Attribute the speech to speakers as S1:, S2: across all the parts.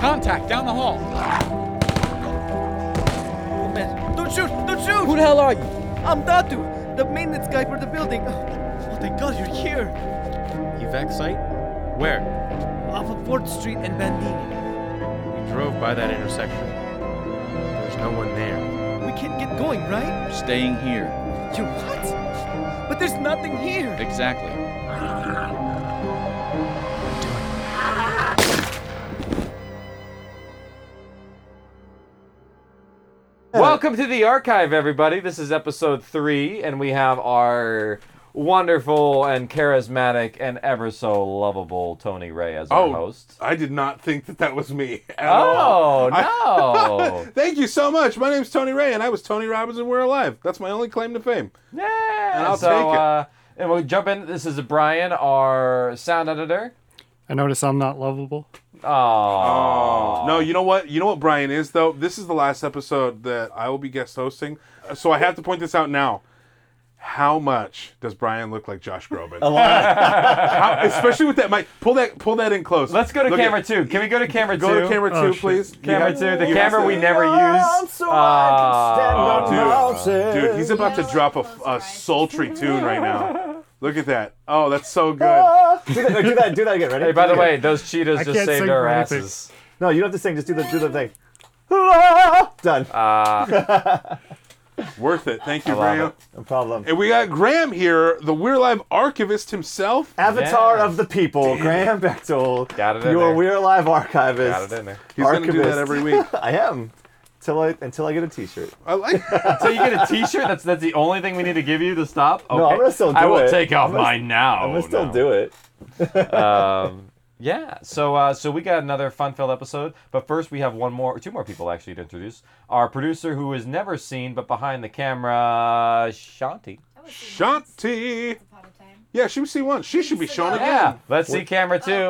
S1: contact down the hall.
S2: Oh, man. Don't shoot! Don't shoot!
S3: Who the hell are you?
S2: I'm Datu, the maintenance guy for the building. Oh, thank God you're here.
S4: Evac site? Where?
S2: Off of 4th Street and Bandini.
S4: We drove by that intersection. There's no one there.
S2: We can't get going, right?
S1: Staying here.
S2: You what? But there's nothing here.
S1: Exactly.
S5: Welcome to the archive, everybody. This is episode three, and we have our wonderful and charismatic and ever so lovable Tony Ray as our
S6: Oh,
S5: host.
S6: I did not think that that was me at all.
S5: Oh no!
S6: Thank you so much. My name's Tony Ray, and I was Tony Robinson. We're alive. That's my only claim to fame.
S5: yeah.
S6: And I'll
S5: so,
S6: take it.
S5: Uh, and we'll jump in. This is Brian, our sound editor.
S7: I notice I'm not lovable.
S5: Oh,
S6: Oh no! You know what? You know what Brian is though. This is the last episode that I will be guest hosting, Uh, so I have to point this out now. How much does Brian look like Josh Groban? A lot, especially with that mic. Pull that, pull that in close.
S5: let's go to
S6: Look at-
S5: camera two. Can we go to camera
S6: Go
S5: two?
S6: to camera two,
S7: Oh, shit.
S6: please.
S5: Camera
S6: Yeah.
S5: two. The
S6: You
S5: camera
S6: have
S5: we
S6: to-
S5: never use.
S6: Oh,
S5: Oh,
S6: dude. Dude, he's about to drop a, a sultry tune right now. Look at that. Oh, that's so good.
S3: do, that, no, do that. Do that again. Ready?
S5: Hey, by the way, those cheetahs
S7: I
S5: just
S7: can't
S5: saved
S7: sing
S5: our
S7: for anything.
S5: asses.
S3: no, you don't have to sing. Just do the do the thing. Done.
S5: Uh,
S6: Worth it. Thank you,
S5: love
S6: Graham.
S5: it.
S3: no problem.
S6: And we got Graham here, the We're Live archivist himself.
S3: Avatar
S5: Yeah.
S3: of the people, Graham Bechtel.
S5: Got it in
S3: Your
S5: there.
S3: We're Live archivist.
S5: Got it in there.
S6: He's going to do that
S3: Archivist.
S6: every week.
S3: I am. Till I until I get a T-shirt.
S6: I like
S5: So you get a T-shirt. That's that's the only thing we need to give you to stop. Okay.
S3: I'm gonna still
S5: I
S3: do
S5: will
S3: it.
S5: take off
S3: I'm gonna-
S5: mine now.
S3: I'm gonna
S6: Oh,
S3: still do it.
S5: Um, yeah. So uh, so we got another fun-filled episode. But first, we have one more, two more people actually to introduce. Our producer, who is never seen but behind the camera, Shanti.
S6: Shanti. Yeah, she was C1. She should be shown again.
S5: Yeah. Let's see camera two. Uh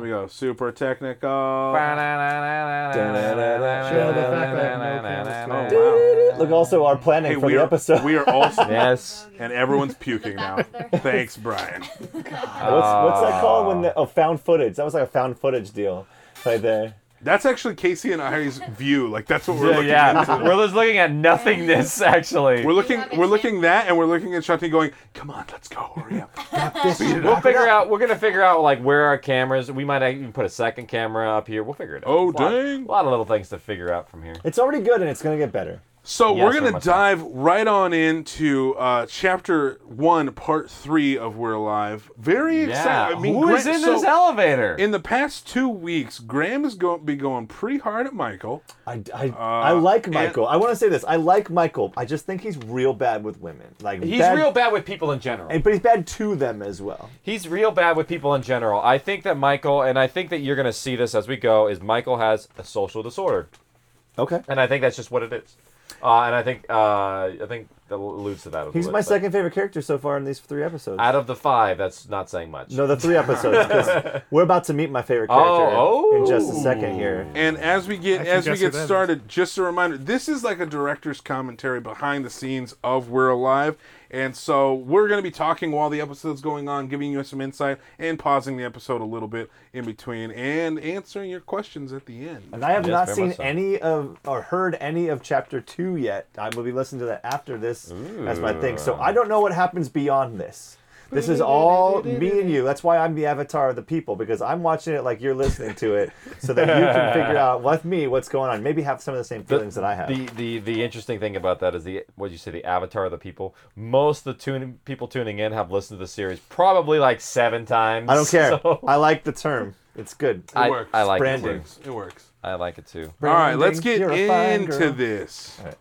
S6: There
S5: oh. Uh
S6: we go. Super technical. Oh,
S5: oh.
S3: Show the
S7: fact that no
S6: wow.
S3: Look, also our planning
S6: Hey,
S3: for
S6: we
S3: the
S6: are,
S3: episode.
S6: we are also.
S5: Yes.
S6: And everyone's puking now. Thanks, Brian.
S3: what's what's
S5: Ah.
S3: that called when the, oh found footage? That was like a found footage deal, right there.
S6: That's actually Casey and I's view. Like that's what we're
S5: Yeah,
S6: looking into.
S5: yeah. we're just looking at nothingness actually.
S6: We're looking.
S8: love it,
S6: We're
S8: Sam.
S6: looking that, and we're looking at Shanti going. Come on, let's go. Hurry up. Speed it
S5: We'll
S6: up."
S5: figure out. We're gonna figure out like where our cameras. We might even put a second camera up here. We'll figure it out.
S6: Oh,
S5: It's a lot-
S6: dang.
S5: A lot of little things to figure out from here.
S3: It's already good, and it's gonna get better.
S6: So
S5: Yes,
S6: we're
S5: very
S6: gonna
S5: much
S6: dive right on into uh, chapter one, part three of We're Alive. Very excited. I mean,
S5: Who is
S6: Grant-
S5: in
S6: so
S5: this elevator?
S6: In the past two weeks, Graham is going to be going pretty hard at Michael.
S3: I, I, I
S5: Uh,
S3: like
S6: and-
S3: Michael. I want to say this. I like Michael. I just think he's real bad with women. Like
S5: he's
S3: bad,
S5: real bad with people in general.
S3: and but he's bad to them as well.
S5: He's real bad with people in general. I think that Michael, and I think that you're gonna see this as we go, is Michael has a social disorder,
S3: Okay.
S5: and I think that's just what it is. Uh, and I think uh, I think that alludes to that. a little
S3: He's
S5: bit,
S3: my
S5: but
S3: second favorite character so far in these three episodes.
S5: Out of the five, that's not saying much.
S3: no, the three episodes. 'cause we're about to meet my favorite character
S5: Oh, oh.
S3: in just a second here.
S6: And as we get
S7: I can
S6: as we
S7: guess who
S6: get
S7: that is.
S6: started, just a reminder: this is like a director's commentary behind the scenes of We're Alive, and so we're going to be talking while the episode's going on, giving you some insight, and pausing the episode a little bit in between, and answering your questions at the end.
S3: And I have
S5: Yes,
S3: not
S5: very
S3: seen
S5: much so.
S3: any of or heard any of chapter two yet. I will be listening to that after this as my thing. So I don't know what happens beyond this. This is all me and you. That's why I'm the avatar of the people because I'm watching it like you're listening to it, so that you can figure out with me what's going on. Maybe have some of the same
S5: The-
S3: feelings that I have.
S5: The, the the interesting thing about that is the what you say the avatar of the people. Most of the tune, people tuning in have listened to the series probably like seven times.
S3: I don't care.
S5: so-
S3: I like the term. It's good.
S5: I,
S6: works.
S5: I like it
S3: Branding.
S5: too.
S6: It works.
S5: I like it too.
S6: All right, let's get
S3: You're a fine
S6: into
S3: girl.
S6: this.
S3: right.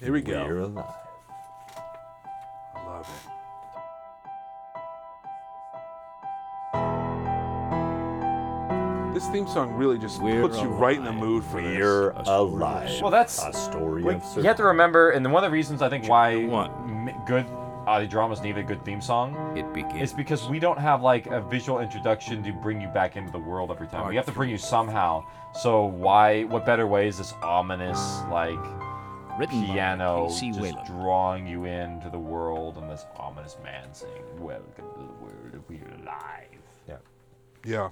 S6: Here we go.
S3: We're alive.
S6: I love it. This theme song really just puts you right in the mood for this.
S3: We're alive.
S5: Well, that's
S3: a story
S5: we-
S3: of
S5: you have to
S3: survival.
S5: remember, and one of the reasons I think why
S4: What?
S5: m- good audio dramas need a good theme song
S4: It
S5: is
S4: begins.
S5: because we don't have like a visual introduction to bring you back into the world every time. We have to bring you somehow. So why? What better way is this ominous like?
S4: Written by
S5: piano
S4: K.C.
S5: just
S4: Whalen.
S5: drawing you into the world and this ominous man saying welcome to the world of we're alive
S6: Yeah.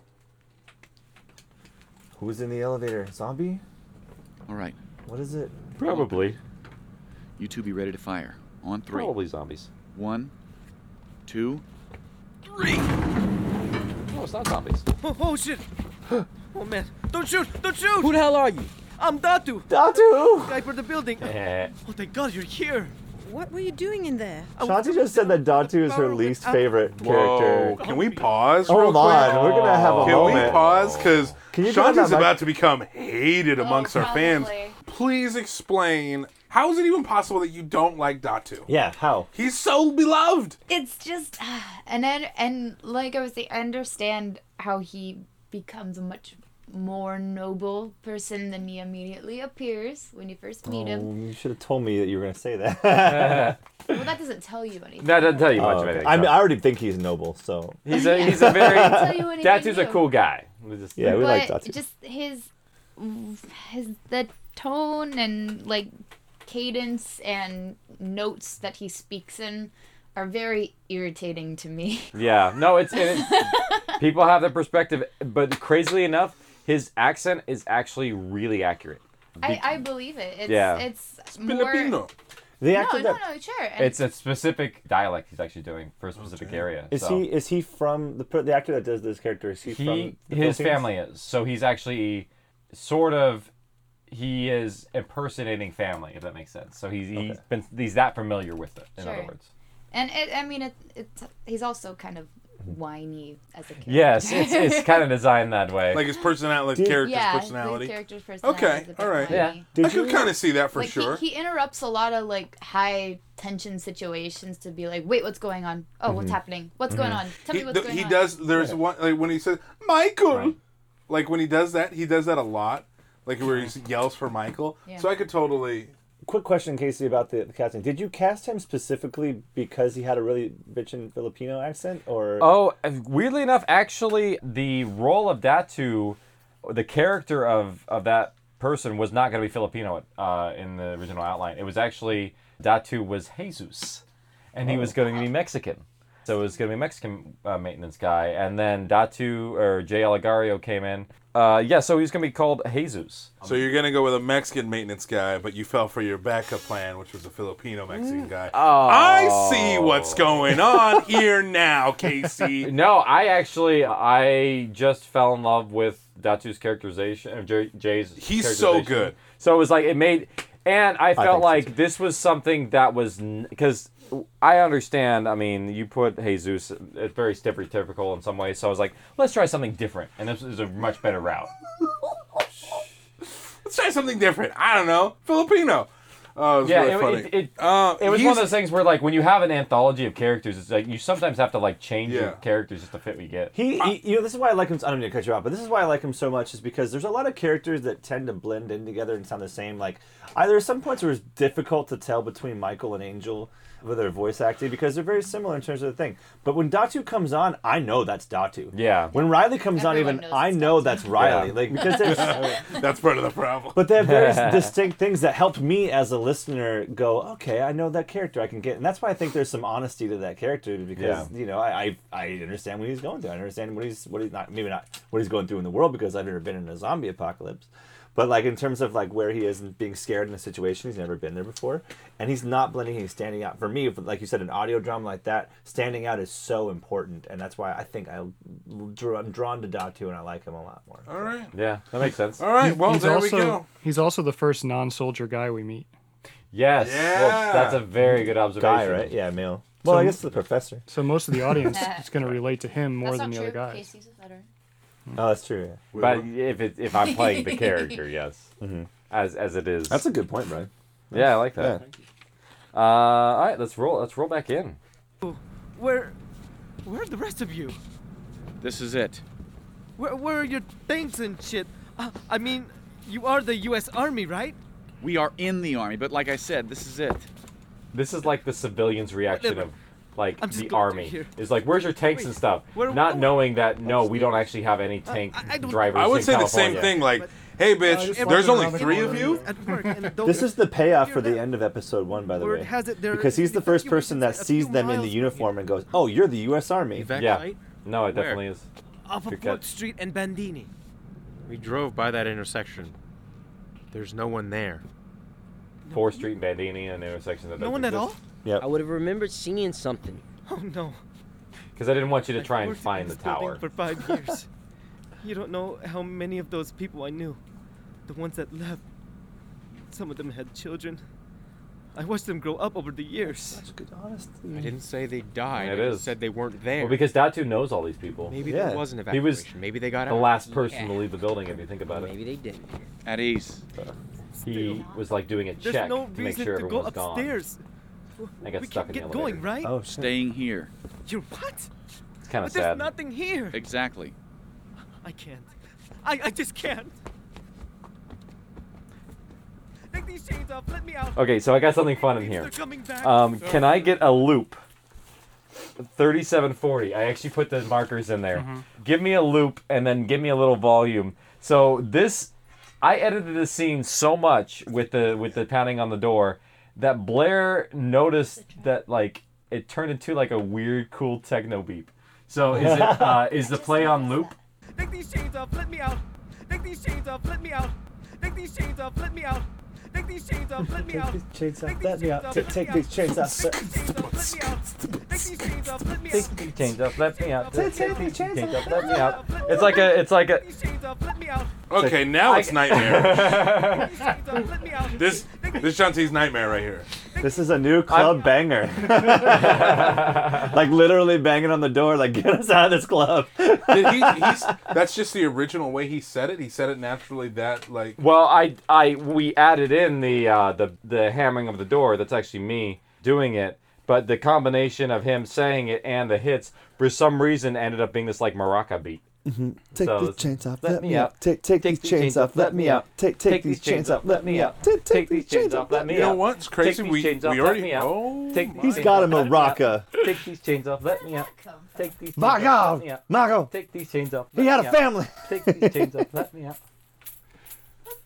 S3: Who's in the elevator? Zombie?
S1: All right,
S3: What is it?
S5: Probably.
S1: you two be ready to fire. On three.
S5: Probably zombies.
S1: One, two.
S5: No, it's not zombies.
S2: Oh, oh shit! Oh man! Don't shoot! Don't shoot!
S5: Who the hell are you?
S2: I'm Datu,
S3: Datu!
S2: guy for the building.
S5: Eh.
S2: Oh thank God you're here.
S9: What were you doing in there?
S10: Oh,
S2: I was
S3: Shanti just said that Datu is her
S10: uh,
S3: least favorite
S6: Whoa.
S3: character.
S6: Can we pause? real
S3: Hold
S6: quick?
S3: Oh, on, we're gonna have a
S6: Can we
S3: moment.
S6: pause? Because
S3: Can you turn on that
S6: Shanti's
S3: mic?
S6: about to become hated amongst our fans.
S10: Oh, probably.
S6: Please explain. How is it even possible that you don't like Datu?
S3: Yeah, how?
S6: He's so beloved.
S10: It's just, ah, and then, and like I was saying, I understand how he becomes a much more noble person than he immediately appears when you first meet
S3: Oh,
S10: him.
S3: you should have told me that you were gonna say that.
S10: Well, that doesn't tell you anything.
S5: That doesn't tell you much
S3: Oh,
S5: of
S3: okay.
S5: anything.
S3: I mean, I already think he's noble, so
S5: he's a he's a
S10: Tell
S5: very
S10: you anything
S5: Datu's a
S10: new.
S5: cool guy. We just-
S3: yeah, we
S10: but
S3: like Datu.
S10: just his, his the tone and like cadence and notes that he speaks in are very irritating to me.
S5: Yeah, no, it's, and it's people have their perspective, but crazily enough, his accent is actually really accurate.
S10: I, I believe it. It's,
S5: Yeah.
S10: It's more.
S6: Filipino.
S3: the
S10: No,
S3: actor
S10: no,
S3: that-
S10: no, sure. And
S5: It's a specific dialect he's actually doing for a specific area.
S3: Is
S5: so.
S3: he is he from the per- the actor that does this character? Is he, from
S5: he
S3: the
S5: his
S3: Philippines?
S5: family is so he's actually sort of he is impersonating family if that makes sense so he's he's been he's that familiar with it in other
S10: Sure.
S5: words
S10: And it, I mean, it, it's he's also kind of whiny as a character.
S5: yes it's, it's kind of designed that way
S6: Like his personality,
S3: Did-
S6: character's
S10: yeah,
S6: personality.
S10: The character's personality.
S6: Okay,
S10: is a bit
S6: all right.
S10: whiny.
S5: Yeah.
S3: Did
S6: I could
S3: you-
S6: kind of see that for
S10: like
S6: sure.
S10: he, he interrupts a lot of like high tension situations to be like, wait, what's going on? Oh, what's
S5: Mm-hmm.
S10: happening? What's going on? Tell
S6: He-
S10: me what's
S6: th-
S10: going
S6: he
S10: on.
S6: does. There's one like when he says Michael, like when he does that, he does that a lot. Like where he yells for Michael.
S10: Yeah.
S6: So I could totally.
S3: Quick question, Casey, about the, the casting. Did you cast him specifically because he had a really bitchin' Filipino accent, or
S5: oh and weirdly enough actually the role of datu the character of of that person was not going to be filipino uh, in the original outline it was actually datu was jesus and he was going to be Mexican. So it was going to be a Mexican uh, maintenance guy. And then Datu or Jay Aligario came in. Uh, yeah, so he's going to be called Jesus.
S6: So you're gonna go with a Mexican maintenance guy, but you fell for your backup plan, which was a Filipino
S10: Mm.
S6: Mexican guy. I
S5: Oh.
S6: see what's going on here now, Casey.
S5: No, I actually, I just fell in love with Datu's characterization of Jay, Jay's.
S6: He's so
S5: characterization.
S6: good.
S5: So it was like it made, and I
S3: think so,
S5: felt like this was something that was because I understand. I mean, you put Jesus, it's very stereotypical in some ways. So I was like, let's try something different, and this is a much better route.
S6: Let's try something different. I don't know, Filipino. Oh, it's
S5: Yeah,
S6: really
S5: it-
S6: funny.
S5: it- it-
S6: Uh,
S5: It was one
S6: he's-
S5: of those things where, like, when you have an anthology of characters, it's like you sometimes have to like change
S6: Yeah.
S5: your characters just to fit what you get.
S3: He, he, you know, this is why I like him. I don't mean to cut you off, but this is why I like him so much. Is because there's a lot of characters that tend to blend in together and sound the same. Like, I, there are some points where it's difficult to tell between Michael and Angel with their voice acting because they're very similar in terms of the thing. But when Datu comes on, I know that's Datu.
S5: Yeah.
S3: When Riley
S10: Everyone
S3: comes on, even
S10: knows
S3: I
S10: it's
S3: know
S10: Datu.
S3: that's Riley.
S5: Yeah.
S3: Like because there's,
S6: That's part of the problem.
S3: but they have very distinct things that helped me as a listener go, okay, I know that character. I can get, and that's why I think there's some honesty to that character because
S5: Yeah.
S3: you know I, I I understand what he's going through. I understand what he's what he's not maybe not what he's going through in the world because I've never been in a zombie apocalypse. But like in terms of like where he is and being scared in a situation he's never been there before, and he's not blending, he's standing out. For me, if- like you said, an audio drama like that, standing out is so important, and that's why I think I, drew- I'm drawn to Datu and I like him a lot more.
S6: All right.
S5: Yeah, that makes sense.
S6: All right.
S7: He-
S6: Well,
S7: he's
S6: there
S7: also,
S6: we go.
S7: He's also the first non-soldier guy we meet.
S5: Yes,
S6: Yeah.
S5: well, that's a very good
S3: Guy,
S5: observation.
S3: right? Yeah, male. Well, I guess the professor.
S7: So most of the audience is going to relate to him more
S10: That's
S7: than
S10: not
S7: the
S10: true.
S7: other guys.
S10: Casey's a veteran.
S3: Oh, that's true. Yeah.
S5: But if it, if I'm playing the character, yes, as as it is.
S3: Mm-hmm. That's a good point, Brian.
S5: yeah, I like that. Uh, all right, let's roll. Let's roll back in.
S2: Where, where are the rest of you?
S1: This is it.
S2: Where, where are your things and shit? Uh, I mean, you are the U.S. Army, right?
S1: We are in the army, but like I said, this is it.
S5: This is like the civilians' reaction
S2: Whatever.
S5: of like
S2: I'm just
S5: the
S2: going through
S5: army
S2: here.
S5: is like, "Where's your tanks and stuff?"
S2: where-
S5: Not
S2: oh.
S5: knowing that no, we don't actually have any tank
S2: I- I don't-
S5: drivers.
S6: I would
S5: in
S6: say the same
S5: California.
S6: thing. Like, hey, bitch, there's only three of you.
S2: At work and don't-
S3: This is the payoff for the
S2: You're-
S3: end of episode one, by the
S2: Word
S3: way.
S2: has it there-
S3: because he's the first
S2: you were
S3: person that
S2: just a
S3: sees
S2: few
S3: them in the
S2: miles from
S3: uniform and goes, "Oh, you're the U.S. Army."
S5: Yeah, no, it
S1: Where?
S5: definitely is.
S2: Off of
S5: Good catch.
S2: Fourth Street and Bandini.
S4: We drove by that intersection. There's no one there.
S5: 4th Street and Bandini and intersection that
S2: No one at all?
S11: I would have remembered seeing something.
S2: Oh no.
S5: Because I didn't want you to
S2: I've
S5: try and
S2: worked in
S5: find the
S2: this building
S5: tower.
S2: For five years. you don't know how many of those people I knew. The ones that left. Some of them had children. I watched them grow up over the years.
S3: That's good, honest.
S4: I didn't say they died.
S5: It
S4: I just
S5: is.
S4: said they weren't there.
S5: Well, because Datu knows all these people.
S4: Maybe
S3: Yeah.
S4: there was an
S5: He
S4: evacuation.
S5: was
S4: Maybe they got
S5: the
S4: out.
S5: last person to leave the building, if you think about it.
S11: Maybe they didn't.
S1: At ease.
S5: He was like doing a
S2: There's
S5: check
S2: no
S5: to make
S2: reason
S5: sure
S2: to go
S5: everyone's gone.
S2: upstairs.
S5: I got
S2: we
S5: stuck
S2: can
S5: in
S2: get
S5: the
S2: going,
S5: elevator.
S2: right?
S3: Oh, shit.
S1: Staying here.
S2: You're what?
S5: It's kind of
S2: But there's
S5: sad.
S2: nothing here.
S1: Exactly.
S2: I can't. I, I just can't. Take these chains off. Let me out.
S5: Okay, so I got something fun in
S2: They're
S5: here.
S2: coming back.
S5: Um, can I get a loop? 3740. I actually put the markers in there. Give me a loop and then give me a little volume. So this I edited the scene so much with the with the pounding on the door that Blair noticed that like it turned into like a weird cool techno beep. So is it uh, is the play on loop?
S2: Take these chains off, let me out. Take these chains off, let me out. Take these chains off, let me out. Take these chains off, let me
S3: Take
S2: out.
S3: these chains off,
S2: Take these
S3: let me
S2: chains
S3: out. Ta-
S2: off, let
S3: take
S2: me
S3: these
S2: out.
S3: chains off, sir.
S2: Take these chains off, let me out. Take these chains off, let me out.
S5: Take
S3: Take-
S5: these chains off, let me out. Take
S3: take
S5: these
S3: these chains
S5: chains
S3: off,
S5: off, let me out. It's like a it's like a
S2: Take these chains off, let me out.
S6: Okay, now it's nightmare.
S2: Take these chains off, let me out.
S6: this this Shanti's nightmare right here.
S3: This is a new club banger. like literally banging on the door, like get us out of this club.
S6: Did he, he's, that's just the original way he said it. He said it naturally. That like
S5: Well, I, I, we added in the uh, the the hammering of the door. That's actually me doing it. But the combination of him saying it and the hits, for some reason, ended up being this like maraca beat.
S12: Take
S5: So
S12: these
S5: it's-
S12: chains off,
S5: let
S12: let,
S5: me
S12: me
S5: out.
S12: out. Take, take, these chains off, let me out. Take, take,
S5: these chains off, let me out.
S12: Take, take these chains off, let me
S6: you know
S5: out.
S6: what's
S5: Take
S6: crazy?
S5: these
S6: We
S5: chains
S6: we
S5: off, let
S6: already
S5: me out.
S6: oh
S5: Take these
S6: my-
S12: He's got a maraca.
S5: Take these chains off. Let me out. Take these. chains off, let me
S12: Marco,
S5: out.
S12: Marco,
S5: Take these chains off.
S12: he had
S5: let me
S12: a
S5: out.
S12: family.
S5: Take these chains off. Let me out.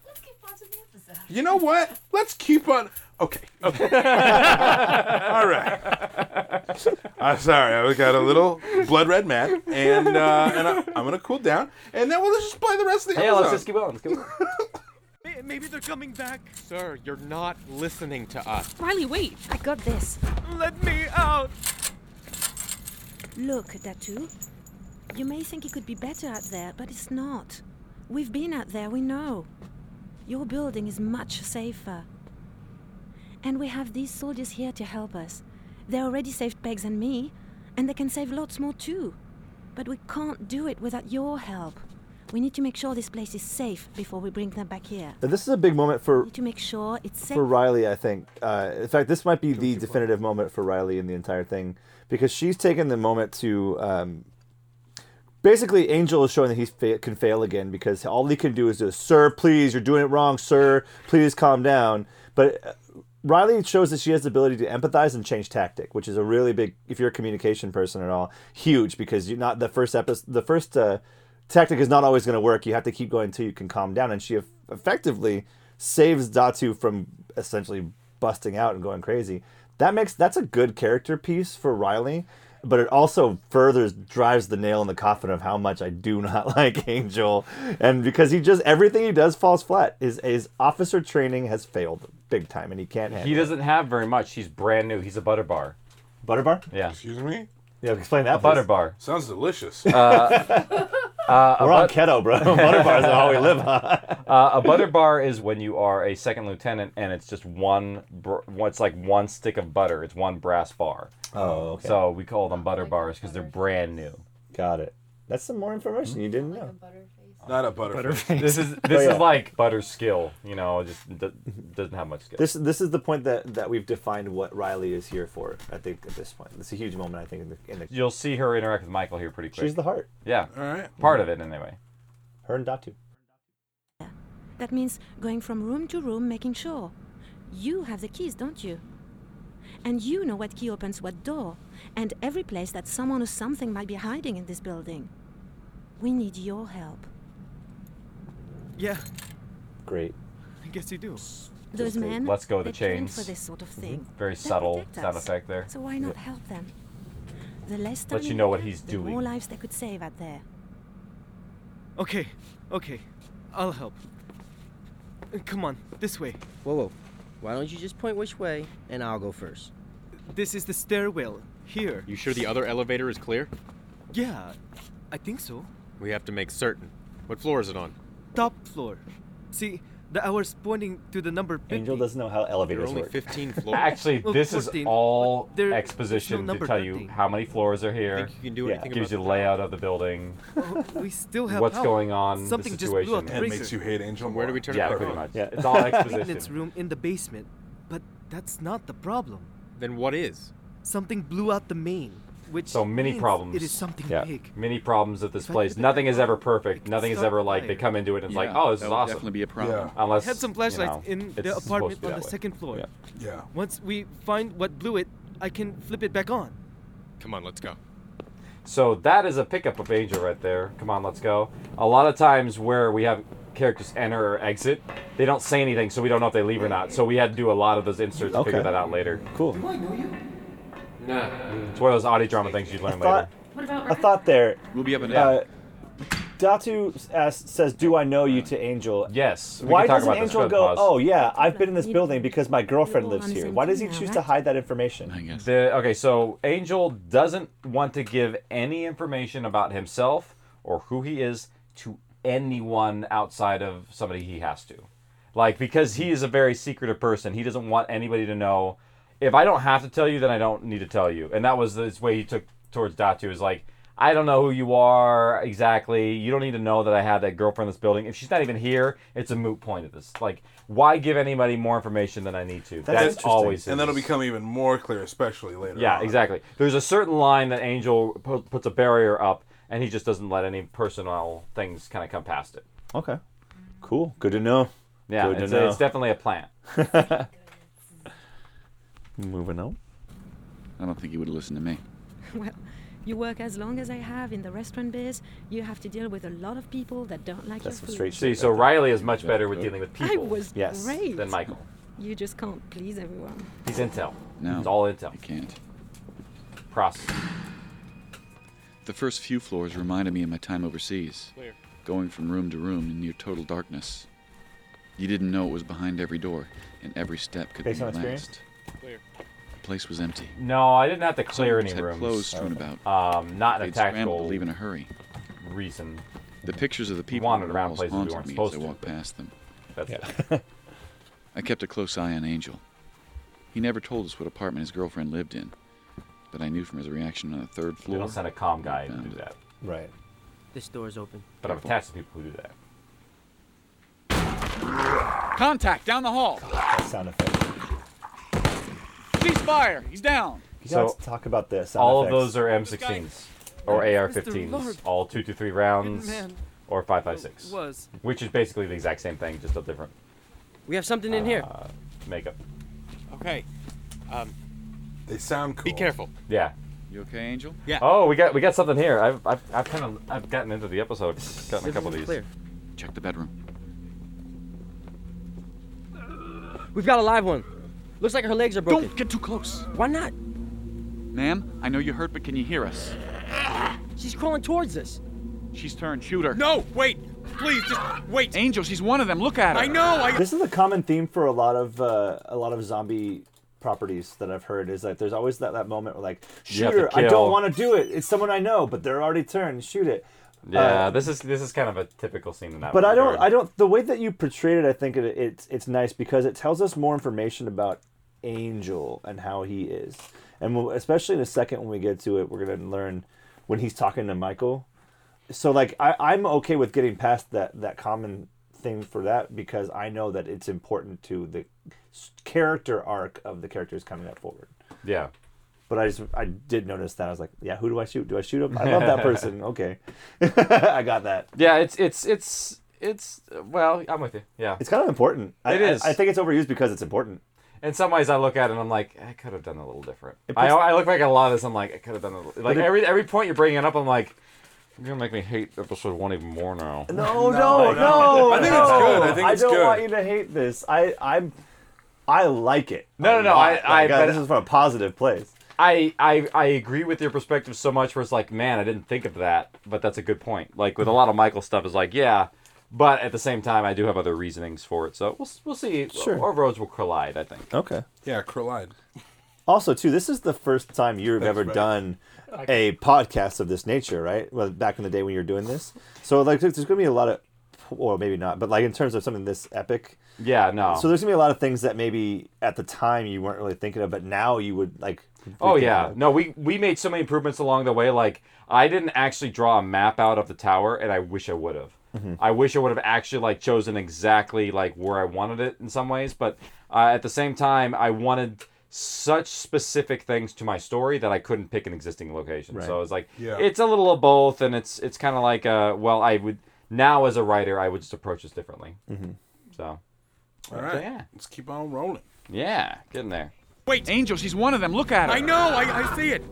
S13: Let's get on to the episode.
S6: You know what? Let's keep on. Okay. Okay. All right. I'm sorry. I got a little blood red mad, and uh, and I, I'm gonna cool down, and then we'll just play the rest of the
S5: Yeah,
S6: episode.
S5: let's just keep on. Let's keep on.
S2: May- Maybe they're coming back.
S4: Sir, you're not listening to us.
S9: Riley, wait. I got this.
S2: Let me out.
S9: Look, Datu. You may think it could be better out there, but it's not. We've been out there, we know. Your building is much safer. And we have these soldiers here to help us. They already saved Pegs and me, and they can save lots more too. But we can't do it without your help. We need to make sure this place is safe before we bring them back here.
S3: This is a big moment
S9: We
S3: for
S9: need to make sure it's safe.
S3: for Riley, I think. Uh, in fact, this might be the definitive moment for Riley in the entire thing because she's taken the moment to. Um, basically, Angel is showing that he fa- can fail again because all he can do is do, Sir, please, you're doing it wrong, sir, please calm down. But uh, Riley shows that she has the ability to empathize and change tactic, which is a really big, if you're a communication person at all, huge because you're not the first episode, the first. Uh, tactic is not always going to work. You have to keep going until you can calm down. And she eff- effectively saves Datu from essentially busting out and going crazy. That makes that's a good character piece for Riley, but it also further drives the nail in the coffin of how much I do not like Angel, and because he just everything he does falls flat. His his officer training has failed big time, and he can't handle.
S5: He doesn't have very much. He's brand new. He's a butter bar.
S3: it. butter bar.
S5: Yeah.
S6: Excuse me.
S3: Yeah, explain that.
S5: Butter
S3: please.
S5: bar.
S6: Sounds delicious.
S3: Uh, We're on keto, bro. butter bars are all we live on.
S5: Uh, a butter bar is when you are a second lieutenant and it's just one, br- it's like one stick of butter. It's one brass bar.
S3: Oh, okay.
S5: So we call them butter bars because they're brand new.
S3: Got it. That's some more information you didn't know.
S6: Not a butter.
S5: This is this
S3: Oh, yeah.
S5: is like butter skill, you know, it just d- doesn't have much skill.
S3: This this is the point that, that we've defined what Riley is here for. I think at this point, it's a huge moment. I think in the, in the
S5: You'll see her interact with Michael here pretty quick.
S3: she's the heart,
S5: yeah,
S6: All right.
S5: part of it anyway.
S3: her and Datu.
S9: That means going from room to room, making sure. You have the keys, don't you? And you know what key opens what door, and every place that someone or something might be hiding in this building. We need your help.
S2: Yeah,
S3: Great.
S2: I guess you do.
S9: Those
S3: Just a
S9: men.
S5: let's go the
S9: they train
S5: chains. Mm-hmm.
S9: For this sort of thing.
S5: Very
S9: They
S5: subtle
S9: protect
S5: sound
S9: us.
S5: effect there.
S9: So why not help them? The less time
S5: Let you
S9: in
S5: know what
S9: there,
S5: he's
S9: the
S5: doing.
S9: more lives they could save out there.
S2: Okay, okay.
S14: I'll help. Uh, Come on, this way.
S11: Whoa, whoa. Why don't you just point which way, and I'll go first.
S14: This is the stairwell. Here.
S1: You sure the other elevator is clear?
S14: Yeah, I think so.
S4: We have to make certain. What floor is it on?
S14: Top floor. See, the hour's pointing to the number.
S2: Angel doesn't know how
S4: There are
S2: elevators
S4: only
S2: work.
S4: 15 floors.
S5: Actually,
S14: Well,
S5: this is
S14: 14,
S5: all
S14: but there- there's
S5: exposition
S14: no
S5: to
S14: number
S5: tell you
S14: 13.
S5: how many floors are here.
S4: Think you can do
S5: yeah,
S4: anything
S5: gives
S4: about
S5: you the layout of the building.
S14: Oh, we still have
S5: What's
S14: power.
S5: going on, the
S14: Something just blew
S5: situation.
S14: out the
S5: And
S6: It
S14: breaker.
S6: makes you hate Angel.
S4: Where do
S6: more.
S4: we turn
S5: yeah,
S4: it back
S5: pretty
S4: on?
S5: much. It's all
S14: Maintenance
S5: exposition.
S14: room in the basement, but that's not the problem.
S4: Then what is?
S14: Something blew out the main, which
S5: So many
S14: means
S5: problems.
S14: It is something
S5: yeah.
S14: big.
S5: Many problems at this
S14: If I
S5: place.
S14: could-
S5: Nothing is ever
S14: I
S5: perfect.
S14: could
S5: Nothing is
S14: start
S5: ever
S14: a
S5: like they
S14: fire.
S5: come into it and it's like,
S1: Yeah,
S5: oh, this is
S1: that would
S5: awesome.
S1: Definitely be a problem.
S5: Unless
S14: I had some
S5: you
S14: flashlights
S5: know,
S14: in the
S5: it's supposed to
S14: apartment
S5: be
S14: on the
S5: that way.
S14: second floor.
S5: Yeah.
S6: Yeah.
S14: Once we find what blew it, I can flip it back on.
S4: Come on, let's go.
S5: So that is a pickup of Angel right there. Come on, let's go. A lot of times where we have characters enter or exit, they don't say anything, so we don't know if they leave or not. So we had to do a lot of those inserts to figure
S3: Okay.
S5: that out later.
S3: Cool.
S4: Nah.
S5: It's one of those audio drama things you learn
S3: I
S5: later.
S3: thought, I thought there.
S1: We'll be up and down.
S3: Uh, Datu asks, says, "Do I know you?" to Angel.
S5: Yes. we
S3: Why
S5: can talk
S3: doesn't
S5: about this.
S3: Angel
S5: Good
S3: go?
S5: pause.
S3: Oh yeah, I've been in this
S9: You-
S3: building because my girlfriend lives here. Why does he choose to hide that
S1: I
S3: information?
S1: guess.
S5: The, okay, so Angel doesn't want to give any information about himself or who he is to anyone outside of somebody he has to. Like, because he is a very secretive person, he doesn't want anybody to know. If I don't have to tell you, then I don't need to tell you. And that was this way he took towards Datu is like, I don't know who you are exactly. You don't need to know that I had that girlfriend in this building. If she's not even here, it's a moot point of this. Like, why give anybody more information than I need to?
S3: That's
S5: That's,
S3: interesting.
S5: always
S6: And that'll
S5: his-
S6: become even more clear, especially later.
S5: yeah,
S1: Uh-huh.
S6: on.
S5: exactly. There's a certain line that Angel pu- puts a barrier up, and he just doesn't let any personal things kind of come past it.
S3: Okay, cool. Good to know.
S5: Yeah,
S3: Good to
S5: it's,
S3: know.
S5: it's definitely a plan.
S3: Moving on.
S1: I don't think he would listen to me.
S9: Well, you work as long as I have in the restaurant biz. You have to deal with a lot of people that don't like
S3: That's
S9: your
S3: some
S9: food.
S3: straight
S5: See,
S3: shit.
S5: so Riley is much better with dealing with
S9: I
S5: people
S9: was
S3: Yes.
S9: great.
S5: than Michael.
S9: You just can't please everyone.
S5: He's intel.
S1: No.
S5: He's all intel.
S1: I can't.
S5: Process.
S1: The first few floors reminded me of my time overseas,
S4: Clear.
S1: going from room to room in near total darkness. You didn't know it was behind every door, and every step could
S3: Based
S1: be
S3: on
S1: your
S3: experience?
S1: last.
S4: Clear.
S1: The place was empty.
S5: No, I didn't have to clear
S1: Soldiers
S5: any
S1: had
S5: rooms.
S1: clothes strewn about.
S5: Um, not in a
S1: They'd scramble to
S5: tactical
S1: leave in a hurry.
S5: reason.
S1: The pictures of the people
S5: wandered
S1: on the
S5: around
S1: walls
S5: places we
S1: haunted
S5: weren't
S1: me
S5: supposed
S1: as I
S5: to,
S1: walked
S5: but-
S1: past them.
S5: That's it.
S1: I kept a close eye on Angel. He never told us what apartment his girlfriend lived in, but I knew from his reaction on the third
S5: They
S1: floor.
S5: don't send a calm guy to do that.
S3: Right.
S11: This door is open.
S5: But I'm attached to people who do that.
S1: Contact down the hall.
S3: That sound effect.
S1: Cease fire. He's down.
S3: You
S5: So,
S3: so, talk about this.
S5: all of those are M16s or
S14: Lord.
S5: AR15s, all two to three rounds
S14: man.
S5: or five five six,
S14: Was.
S5: which is basically the exact same thing, just a different
S11: We have something in here.
S5: uh, makeup.
S4: Okay. Um,
S6: They sound cool.
S4: be careful.
S5: Yeah.
S1: You okay, Angel?
S4: Yeah.
S5: Oh, we got we got something here. I've I've, I've kind of I've gotten into the episode, gotten a couple of
S11: Everything's
S5: these.
S11: Clear.
S1: Check the bedroom.
S11: We've got a live one. Looks like her legs are broken.
S1: Don't get too close.
S11: Why not?
S1: Ma'am, I know you're hurt, but can you hear us?
S11: She's crawling towards us.
S1: She's turned. Shoot her.
S4: No, wait. Please, just wait.
S1: Angel, she's one of them. Look at her.
S4: I know. I.
S3: This is a common theme for a lot of uh, a lot of zombie properties that I've heard is like there's always that, that moment where like
S5: You have to
S3: shooter I
S5: kill."
S3: don't want to do it it's someone I know but they're already turned shoot it
S5: Yeah, this is this is kind of a typical scene in that.
S3: Uh, but I don't
S5: regard.
S3: I don't the way that you portrayed it I think it, it's it's nice because it tells us more information about Angel and how he is and we'll, especially in the second when we get to it we're gonna learn when he's talking to Michael so like I, I'm okay with getting past that that common thing for that because I know that it's important to the s- character arc of the characters coming up forward.
S5: Yeah.
S3: But I just I did notice that I was like, yeah, who do I shoot? Do I shoot him? I love that person. Okay, I got that.
S5: Yeah. It's it's it's it's well, I'm with you. Yeah.
S3: It's kind of important. I-
S5: It
S3: I,
S5: is.
S3: I, think it's overused because it's important.
S5: in some ways, I look at it and I'm like, I could have done a little different.
S3: puts-
S5: I, I look back at a lot of this. I'm like, I could have done a little. Like every every point you're bringing up, I'm like, you're gonna make me hate episode one even more now.
S3: No, no, no.
S6: I think it's good. I think it's
S3: don't
S6: good.
S3: want you to hate this. I I'm I like it.
S5: No,
S3: a
S5: no, no,
S3: lot.
S5: I-
S3: Like,
S5: I-
S3: God,
S5: but-
S3: this is from a positive place.
S5: I, I I agree with your perspective so much. Where it's like, man, I didn't think of that, but that's a good point. Like with a lot of Michael stuff, is like, yeah, But at the same time, I do have other reasonings for it. So we'll, s- we'll see.
S3: Sure.
S5: Our roads will collide, I think.
S3: Okay.
S6: Yeah, Krillide.
S3: Also, too, this is the first time you've
S5: That's
S3: ever
S5: right.
S3: done a podcast of this nature, right? Well, back in the day when you were doing this, so like, there's going to be a lot of, or maybe not, but like in terms of something this epic.
S5: Yeah, no.
S3: So there's going to be a lot of things that maybe at the time you weren't really thinking of, but now you would like.
S5: Oh yeah, no, we we made so many improvements along the way. Like I didn't actually draw a map out of the tower, and I wish I would have.
S3: Mhm.
S5: I wish I would have actually like chosen exactly like where I wanted it in some ways, but uh, at the same time, I wanted such specific things to my story that I couldn't pick an existing location.
S3: Right.
S5: So I was like,
S3: Yeah.
S5: it's a little of both, and it's it's kind of like uh, well, I would now as a writer, I would just approach this differently.
S3: Mhm.
S5: So,
S6: All
S5: so,
S6: right.
S5: yeah,
S6: Let's keep on rolling.
S5: yeah, getting there.
S1: Wait, Angel, she's one of them. Look at her.
S4: I know. I, I see it.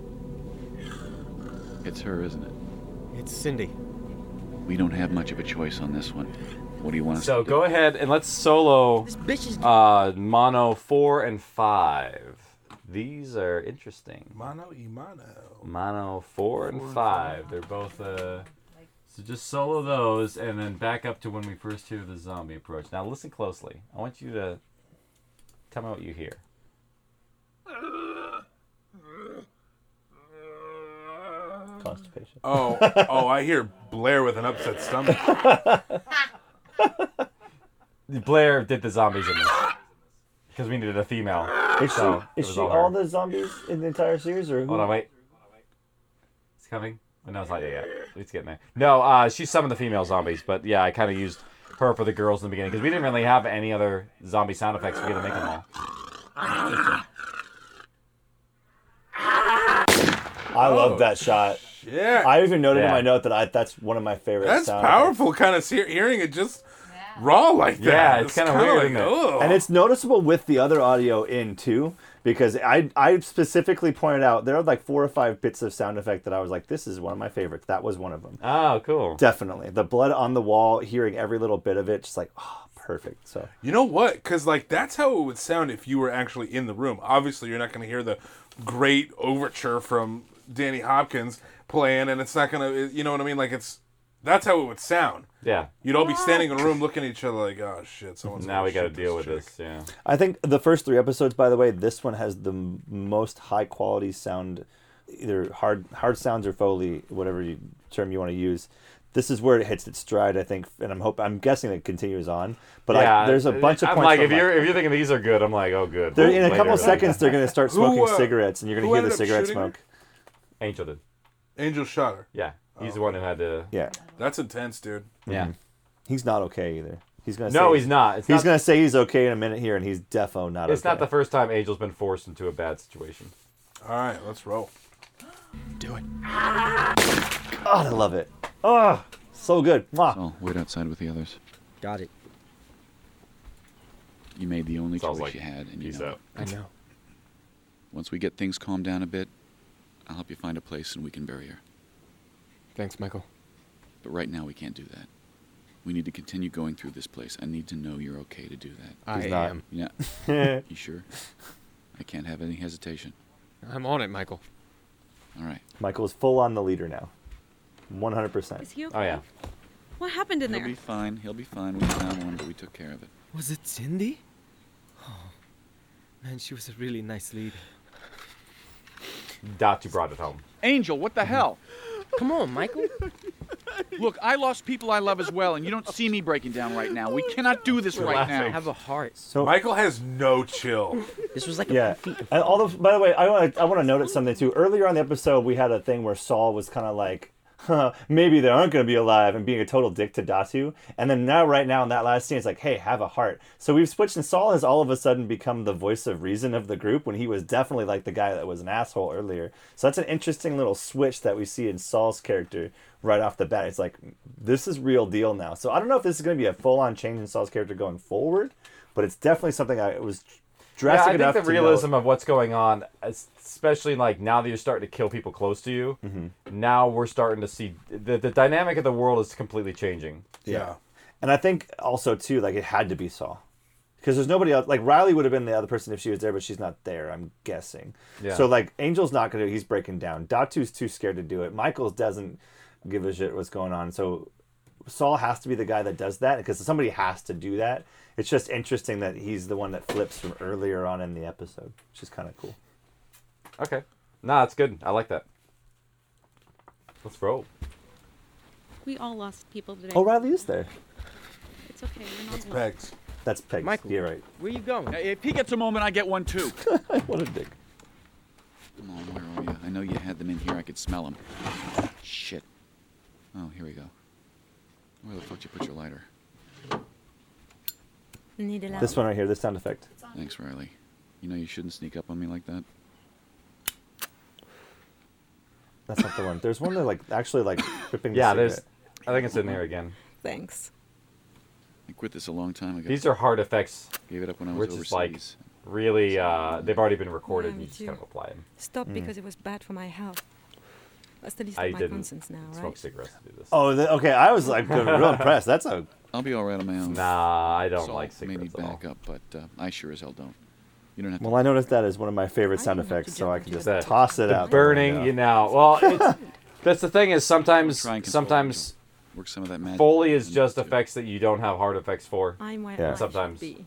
S1: It's her, isn't it?
S11: It's Cindy.
S1: We don't have much of a choice on this one. What do you want us
S5: So
S1: to
S5: go ahead and let's solo
S11: bitch is-
S5: uh, mono four and five. These are interesting.
S6: Mono Imano.
S5: Mono four and five. They're both. Uh, so just solo those and then back up to when we first hear the zombie approach. Now listen closely. I want you to tell me what you hear.
S3: Constipation.
S6: Oh, oh, I hear Blair with an upset stomach.
S5: Blair did the zombies in this because we needed a female.
S3: Is she,
S5: so it
S3: is
S5: was
S3: she
S5: all
S3: all,
S5: her.
S3: the zombies in the entire series, or who?
S5: Hold on, wait. It's coming. Oh, no, it's not yet. It's getting there. No, uh, she's some of the female zombies, but yeah, I kind of used her for the girls in the beginning because we didn't really have any other zombie sound effects. We had to make them all.
S3: I love that shot.
S6: Yeah.
S3: I even noted in
S5: Oh. Yeah.
S3: my note that I that's one of my favorite.
S6: That's
S3: sound
S6: powerful, kind of hearing it just raw like that.
S3: Yeah, it's kinda
S6: kinda
S3: weird,
S6: like,
S3: effects.
S6: ugh.
S3: And it's noticeable with the other audio in too, because I I specifically pointed out there are like four or five bits of sound effect that I was like, this is one of my favorites. That was one of them.
S5: Oh, cool.
S3: Definitely the blood on the wall, hearing every little bit of it, just like oh, perfect. So
S6: You know what? Because like that's how it would sound if you were actually in the room. Obviously, you're not going to hear the great overture from Danny Hopkins playing, and it's not going to. You know what I mean? Like it's that's how it would sound.
S5: Yeah.
S6: You'd all be standing in a room looking at each other like, oh shit, someone's.
S5: Now we got to
S6: gonna shoot
S5: deal with this. Yeah.
S3: I think the first three episodes, by the way, this one has the m- most high quality sound, either hard hard sounds or foley, whatever you, term you want to use. This is where it hits its stride, I think, and I'm hope I'm guessing it continues on. But I, there's a bunch of
S5: uh, I'm
S3: points.
S5: like,
S3: where
S5: if you're if you're thinking these are good, I'm like, oh, good.
S3: they're-
S5: We'll
S3: in a
S5: later
S3: couple
S5: on.
S3: seconds they're gonna start
S5: Who,
S3: smoking
S5: uh,
S3: cigarettes, and you're
S5: who
S3: gonna hear the
S5: ended up
S3: cigarette
S5: shooting her?
S3: smoke.
S5: Angel did.
S6: Angel shot her.
S5: Yeah, he's the one who had to.
S3: Oh. Yeah.
S6: That's intense, dude.
S5: Yeah.
S3: Mhm. He's not okay either. He's gonna.
S5: No,
S3: say-
S5: he's not. It's
S3: he's
S5: not-
S3: gonna say he's okay in a minute here, and he's defo not
S5: It's
S3: okay.
S5: not the first time Angel's been forced into a bad situation.
S6: All right, let's roll.
S1: Do it.
S3: God, I love it. Oh, so good. Mwah.
S1: So I'll wait outside with the others.
S11: Got it.
S1: You made the only choice you had, and you know. it.
S11: I know.
S1: Once we get things calmed down a bit, I'll help you find a place and we can bury her.
S11: Thanks, Michael.
S1: But right now we can't do that. We need to continue going through this place. I need to know you're okay to do that.
S11: I He's not. am.
S1: Yeah. you sure? I can't have any hesitation.
S11: I'm on it, Michael.
S1: All right.
S3: Michael's full on the leader now. 100%.
S9: Is
S5: Oh,
S9: he okay? What happened in
S1: He'll
S9: there?
S1: be fine. He'll be fine. We found one, but we took care of it.
S14: Was it Cindy? Oh, man, she was a really nice lady.
S5: Dot, you brought it home.
S1: Angel, what the hell?
S11: Come on, Michael.
S1: Look, I lost people I love as well, and you don't see me breaking down right now. We cannot do this
S6: We're
S1: right
S6: laughing.
S1: now.
S11: Have a heart.
S6: Michael has no chill.
S11: This was like
S3: yeah. And although, by the way, I want to I want to notice something too. Earlier on the episode, we had a thing where Saul was kind of like, huh, maybe they aren't going to be alive and being a total dick to Datu. And then now, right now, in that last scene, it's like, hey, have a heart. So we've switched, and Saul has all of a sudden become the voice of reason of the group when he was definitely like the guy that was an asshole earlier. So that's an interesting little switch that we see in Saul's character right off the bat. It's like, this is real deal now. So I don't know if this is going to be a full on change in Saul's character going forward, but it's definitely something I was.
S5: yeah,
S3: Drastic
S5: I
S3: enough
S5: think
S3: to
S5: the
S3: know-
S5: realism of what's going on, especially like now that you're starting to kill people close to you,
S3: Mm-hmm.
S5: now we're starting to see the, the dynamic of the world is completely changing.
S3: Yeah. And I think also too, like it had to be Saul. Because there's nobody else. Like Riley would have been the other person if she was there, but she's not there. I'm guessing.
S5: Yeah.
S3: So like Angel's not gonna. He's breaking down. Datu's too scared to do it. Michael's doesn't give a shit what's going on. So Saul has to be the guy that does that because somebody has to do that. It's just interesting that he's the one that flips from earlier on in the episode, which is kind of cool.
S5: Okay. Nah, that's good. I like that. Let's roll.
S15: We all lost people today.
S3: Oh, Riley is there.
S15: It's okay. You're not alone.
S3: That's Pegs.
S11: Michael.
S3: You're right.
S11: Where you going?
S1: If he gets a moment, I get one too.
S3: what a dick.
S1: Come on, where are you? I know you had them in here. I could smell them. Shit. Oh, here we go. Where the fuck did you put your lighter?
S9: Need a
S3: This one right here, this sound effect.
S1: Thanks, Riley. You know you shouldn't sneak up on me like that.
S3: That's not the one. There's one that like actually like ripping.
S5: Yeah, there's. I think it's in there again.
S9: Thanks.
S1: I quit this a long time ago.
S5: These are hard effects.
S1: Gave it up when I was
S5: Which
S1: overseas.
S5: is like really. Uh, they've already been recorded. and you just kind of apply them.
S9: Stop because it was bad for my health. That's the least
S5: Mm. I
S9: of my
S5: didn't
S9: conscience now,
S5: smoke
S9: right?
S5: cigarettes to do this.
S3: Oh, the, okay. I was like real impressed. That's a.
S1: I'll be all right on my own.
S5: Nah, I don't
S1: Saul
S5: like
S1: made me
S5: cigarettes at all.
S1: back up, but uh, I sure as hell don't. You don't have to.
S3: Well, I noticed that is one of my favorite sound effects, so I can just toss it
S5: the
S3: out. the
S5: Burning,
S3: window.
S5: you know. Well, it's, that's the thing is sometimes sometimes
S1: work some of that magic.
S5: Foley is just effects that you don't have hard effects for.
S1: Uh,
S9: I'm where
S5: And
S9: I
S5: Sometimes,
S9: should be.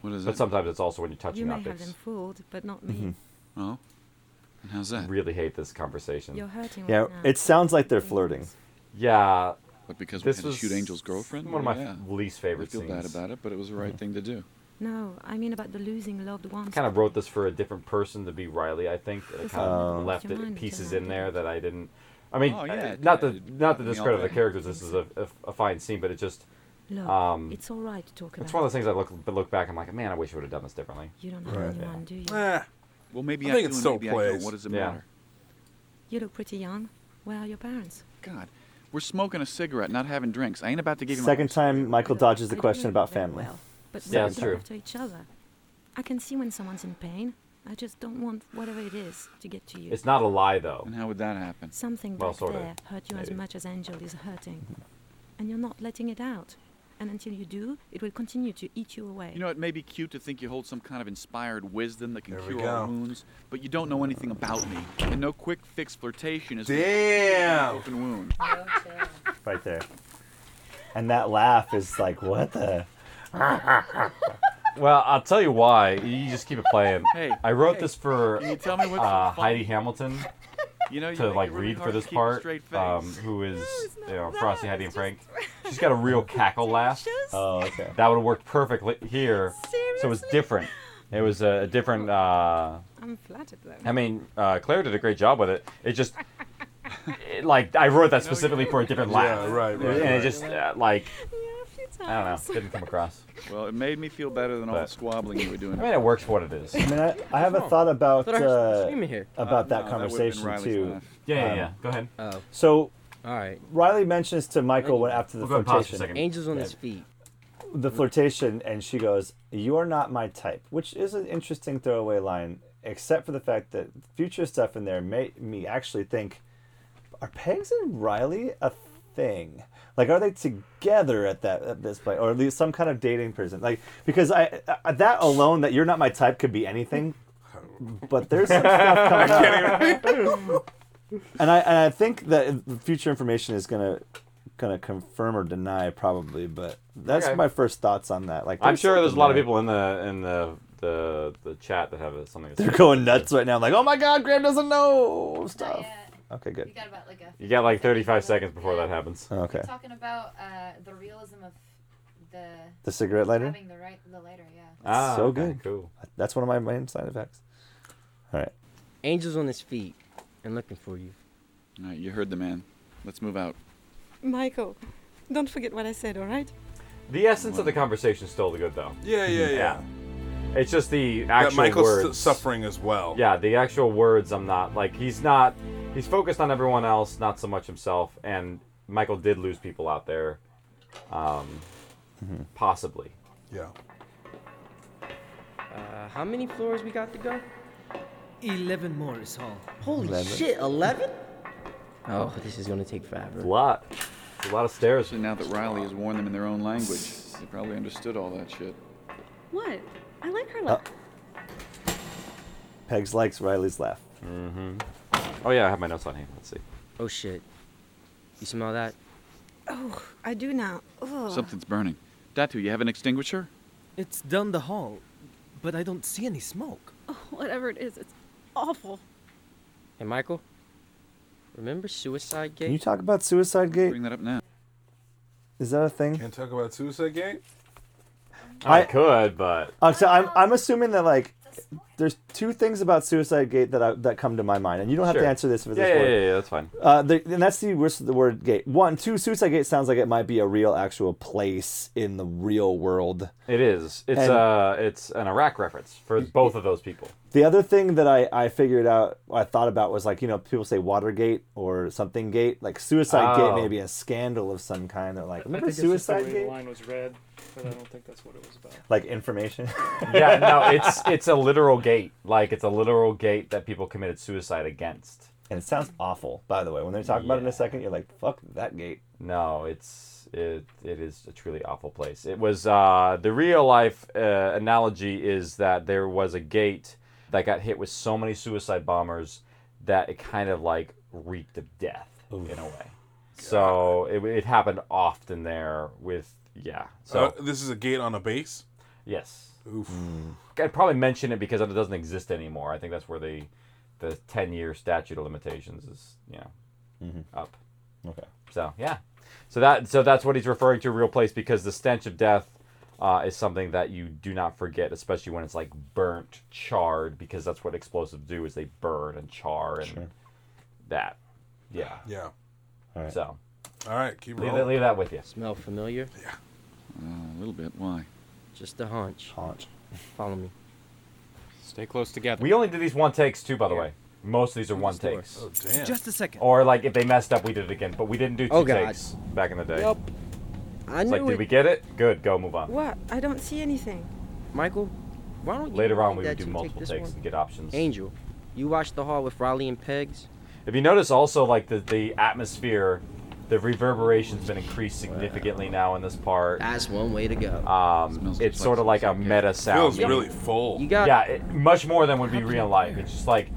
S1: What is it?
S5: but sometimes it's also when you're
S9: You
S5: touching
S9: may have
S5: optics.
S9: them fooled, but not me.
S5: Mm-hmm.
S1: Oh, and how's that?
S5: Really hate this conversation.
S9: You're hurting
S3: Yeah,
S1: Oh,
S9: right now.
S3: it sounds like they're flirting.
S5: Yeah.
S1: But because
S5: this
S1: we had
S5: was
S1: to shoot Angel's girlfriend.
S5: One of my
S1: yeah.
S5: f- least favorite
S1: I feel bad
S5: scenes. Mm-hmm.
S1: about it, but it was the right thing to do.
S9: No, I mean about the losing loved ones.
S5: kind of wrote this for a different person to be Riley, I think. and I
S9: This
S5: kind
S9: is-
S5: of left
S9: Your
S5: it
S9: mind
S5: pieces
S9: cannot
S5: in there that I didn't. I mean,
S1: Oh, yeah,
S5: uh, not
S1: I-
S5: the not the
S1: I mean,
S5: discredit of the
S1: okay.
S5: characters. This is a, a, a fine scene, but it just
S9: Look,
S5: um,
S9: it's all right to talk
S5: it's
S9: about.
S5: one of those things I look but look back. I'm like, man, I wish I would have done this differently.
S9: You don't have anyone, do you?
S1: Well, maybe
S5: I
S1: I,
S5: think
S1: do
S5: it's
S1: and
S5: so
S1: maybe I don't.
S5: plays.
S1: What does it
S5: Yeah.
S1: matter?
S9: You look pretty young. Where are your parents?
S1: God, we're smoking a cigarette, not having drinks. I ain't about to give you my
S3: Second time, Michael dodges the question about family.
S9: But
S1: Yeah,
S9: we
S1: that's
S9: look
S1: true.
S9: after each other. I can see when someone's in pain. I just don't want whatever it is to get to you.
S5: It's not a lie though.
S1: And how would that happen?
S9: Something
S5: well,
S9: back
S5: sort
S9: there
S5: of.
S9: hurt you as
S5: maybe.
S9: much as Angel is hurting. And you're not letting it out. And until you do, it will continue to eat you away.
S1: You know, it may be cute to think you hold some kind of inspired wisdom that can
S6: we
S1: cure
S6: go.
S1: all wounds, but you don't know anything about me, and no quick fix flirtation is
S6: Damn.
S1: an open wound.
S3: Right there. And that laugh is like, what the?
S5: Well, I'll tell you why. You just keep it playing.
S1: Hey,
S5: I wrote
S1: hey,
S5: this for
S1: can you tell me what's
S5: uh,
S1: so
S5: Heidi Hamilton
S1: You know, you
S5: to
S1: make
S5: like
S1: it really
S5: read for
S1: hard to
S5: this
S1: keep a
S5: part,
S1: straight face.
S5: um, who is you know Frosty, Heidi, and Frank. She's got a real cackle laugh.
S3: Oh, okay.
S5: That would have worked perfectly here. So it was different. It was a, a different. Uh,
S9: I'm flattered though.
S5: I mean, uh, Claire did a great job with it. It just, it, like, I wrote that specifically for a different
S6: Yeah,
S5: laugh.
S6: right, right,
S5: And it
S6: right.
S5: just uh, like, I don't know, didn't come across.
S1: Well, it made me feel better than all the squabbling you were doing.
S5: I mean, it works for what it is.
S3: I mean, I, I have a
S1: Oh.
S3: thought about
S1: Thought I heard
S3: uh,
S1: screaming here.
S3: about
S1: Uh,
S3: that
S1: no, that would've been
S3: conversation
S1: Riley's
S3: too.
S1: laugh.
S5: Yeah, yeah,
S3: Um,
S5: yeah. Go ahead.
S1: uh,
S11: Oh.
S3: So,
S11: All right.
S3: Riley mentions to Michael when after the
S11: We'll go and pause for
S3: flirtation,
S11: a second. Angels on his feet.
S3: The flirtation, and she goes, "You are not my type," which is an interesting throwaway line, except for the fact that future stuff in there made me actually think, are Pegs and Riley a thing? Like, are they together at that at this point, or at least some kind of dating person? Like, because I, I that alone, that you're not my type, could be anything. But there's some stuff coming up and I and I think that the future information is gonna gonna confirm or deny probably, but that's
S5: Okay.
S3: my first thoughts on that. Like
S5: I'm sure there's a lot of
S3: something
S5: people in the in the the, the chat that have uh, something. to
S3: there. They're
S5: say.
S3: going nuts right now. Like, oh my God, Graham doesn't know stuff. Okay, good.
S10: got about like a
S5: You got like 35 seconds before that happens.
S3: Okay.
S10: talking about uh, the realism of the
S3: The cigarette lighter.
S10: having the right the lighter, yeah.
S5: Ah,
S3: so
S5: okay,
S3: good.
S5: Cool.
S3: That's one of my main side effects. All right.
S11: Angels on his feet and looking for you.
S1: All right, you heard the man. Let's move out.
S9: Michael, don't forget what I said, all right?
S5: The essence of the conversation is still the good though.
S6: Yeah, yeah, yeah.
S5: It's just the
S6: That
S5: actual
S6: Michael's
S5: words.
S6: su- suffering as well.
S5: Yeah, the actual words I'm not like he's not he's focused on everyone else, not so much himself, and Michael did lose people out there. Um
S3: Mm-hmm.
S5: possibly.
S6: Yeah.
S11: Uh, how many floors we got to go?
S14: 11 Morris Hall.
S11: Holy
S5: Eleven.
S11: shit, 11? Oh, this is gonna take forever.
S5: A lot. A lot of stairs.
S1: Now that Riley has warned them in their own language, they probably understood all that shit.
S15: What? I like
S3: Uh,
S15: her look.
S3: Pegs likes Riley's laugh.
S5: Mm-hmm. Oh yeah, I have my notes on him. Let's see.
S11: Oh shit. You smell that?
S9: Oh, I do now. Ugh.
S1: Something's burning. Datu, you have an extinguisher?
S14: It's down the hall, but I don't see any smoke.
S9: Oh,
S15: Whatever it is, it's awful.
S11: Hey, Michael. Remember Suicide Gate?
S3: Can you talk about Suicide Gate? Bring
S1: that up now.
S3: Is that a thing?
S6: Can't talk about Suicide Gate?
S5: I could, but
S3: Uh, so I'm, I'm assuming that like there's two things about Suicide Gate that I, that come to my mind, and you don't have
S5: Sure.
S3: to answer this for this
S5: Yeah, yeah,
S3: one.
S5: yeah, yeah, that's fine.
S3: Uh, the, and that's the worst of the word gate. One, two, Suicide Gate sounds like it might be a real actual place in the real world.
S5: It is. It's
S3: And-
S5: uh, it's an Iraq reference for both of those people.
S3: The other thing that I, I figured out, I thought about was like, you know, people say Watergate or something gate. Like, Suicide
S5: Oh.
S3: Gate may be a scandal of some kind. They're like,
S7: I
S3: remember
S7: think it's just the
S3: Suicide
S7: way the
S3: Gate?
S7: line was read, but I don't think that's what it was about.
S3: Like, information?
S5: yeah, no, it's it's a literal gate. Like it's a literal gate that people committed suicide against.
S3: And it sounds awful, by the way. When they talk about it in a second, you're like, fuck that gate.
S5: No, it's it it is a truly awful place. It was uh, the real life uh, analogy is that there was a gate that got hit with so many suicide bombers that it kind of like reeked of death in a way. So it, it happened often there with yeah. So
S6: Uh, this is a gate on a base?
S5: Yes. Mm.
S6: Oof.
S5: I'd probably mention it because it doesn't exist anymore. I think that's where the the ten year statute of limitations is, you know, up.
S3: Mm-hmm. Okay.
S5: So yeah, so that so that's what he's referring to, real place, because the stench of death uh, is something that you do not forget, especially when it's like burnt, charred, because that's what explosives do is they burn and char and that. Yeah.
S6: Yeah.
S3: All right.
S5: So.
S6: All right, keep
S5: leave, that,
S6: rolling.
S5: leave that with you.
S11: Smell familiar?
S6: Yeah.
S1: a little bit. Why?
S11: Just a hunch.
S3: Haunch.
S11: Follow me.
S5: Stay close together. We only did these one takes too, by the way. Most of these are one takes.
S6: Oh damn.
S14: Just a second.
S5: Or like if they messed up, we did it again. But we didn't do two
S11: Oh, God.
S5: takes back in the day.
S11: Yup. I
S5: It's
S11: knew
S5: like, did
S11: it.
S5: we get it? Good. Go move on.
S9: What? I don't see anything.
S11: Michael, why don't you
S5: Later on, we
S11: that
S5: would do
S11: you take
S5: multiple
S11: this
S5: takes
S11: one?
S5: and get options.
S11: Angel, you watched the hall with Riley and Pegs.
S5: If you notice, also like the the atmosphere, the reverberation's been increased significantly now in this part.
S11: That's one way to go.
S5: Um, it's sort of like a meta sound.
S6: Feels really full.
S11: You got
S5: yeah, it, much more than would be real life. It's just like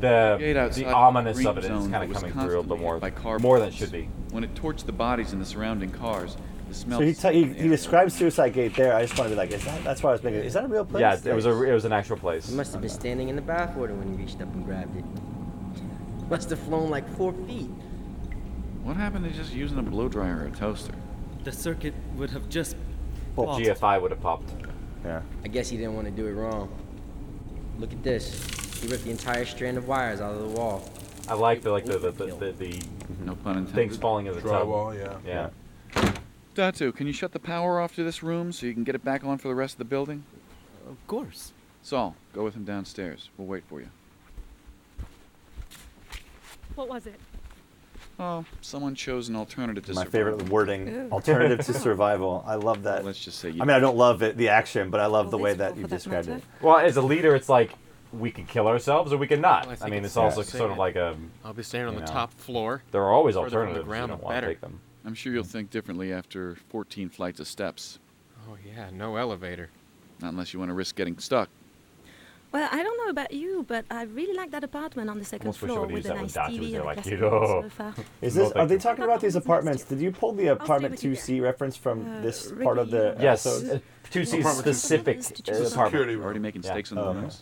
S5: the the ominous of it is kind of coming through a little more more than it should be.
S1: When it torched the bodies in the surrounding cars, the smell.
S3: So he, t- he, he describes Suicide Gate there. I just want to be like, is that? That's why I was thinking. Is that a real place?
S5: Yeah, it was a it was an actual place.
S11: You must have been standing in the bathwater when you reached up and grabbed it. Must have flown like four feet.
S1: What happened to just using a blow dryer or a toaster?
S14: The circuit would have just.
S5: Well,
S14: popped.
S5: GFI would have popped.
S3: Yeah.
S11: I guess he didn't want to do it wrong. Look at this. He ripped the entire strand of wires out of the wall.
S5: I like the like the the, the, the, the
S1: no pun intended.
S5: things falling in the tub.
S6: Drywall, yeah.
S5: Yeah.
S1: Datu, can you shut the power off to this room so you can get it back on for the rest of the building?
S14: Of course.
S1: Saul, go with him downstairs. We'll wait for you.
S15: What was it?
S1: Oh, someone chose an alternative to
S3: My
S1: survival.
S3: favorite wording:
S15: Ew.
S3: alternative to survival. I love that.
S1: Let's just say.
S3: I mean, I don't love it, the action, but I love the way that you described it.
S5: Well, as a leader, it's like we can kill ourselves or we can not.
S4: Well, I
S5: I,
S4: think
S5: mean,
S4: it's
S5: it's also
S4: fair to say
S5: sort of
S4: that
S5: like a.
S4: I'll be standing on
S5: you
S4: the
S5: know,
S4: top floor.
S5: There are always
S4: Further from the
S5: alternatives.
S4: ground,
S5: you
S4: the
S5: don't want
S4: better.
S5: to take them.
S1: I'm sure you'll think differently after 14 flights of steps.
S4: Oh yeah, no elevator.
S1: Not unless you want to risk getting stuck.
S9: Well, I don't know about you, but I really like that apartment on the second
S5: Almost wish I
S9: floor
S5: would've
S9: with
S5: used
S9: a
S5: that
S9: nice
S5: when Datu was
S9: TV
S5: there,
S9: and a
S5: like,
S9: classic
S5: you know.
S9: sofa.
S3: Is
S5: No,
S3: this?
S5: Oh, thank
S3: Are they
S5: you.
S3: talking about these apartments? Did you pull the apartment two C reference from this part of the
S5: Yes,
S3: episode?
S5: uh, two C
S3: Apartment two C.
S5: specific uh,
S1: Is this
S5: apartment.
S1: We're already making
S5: Yeah.
S1: stakes in the
S5: Oh, okay.
S1: rooms.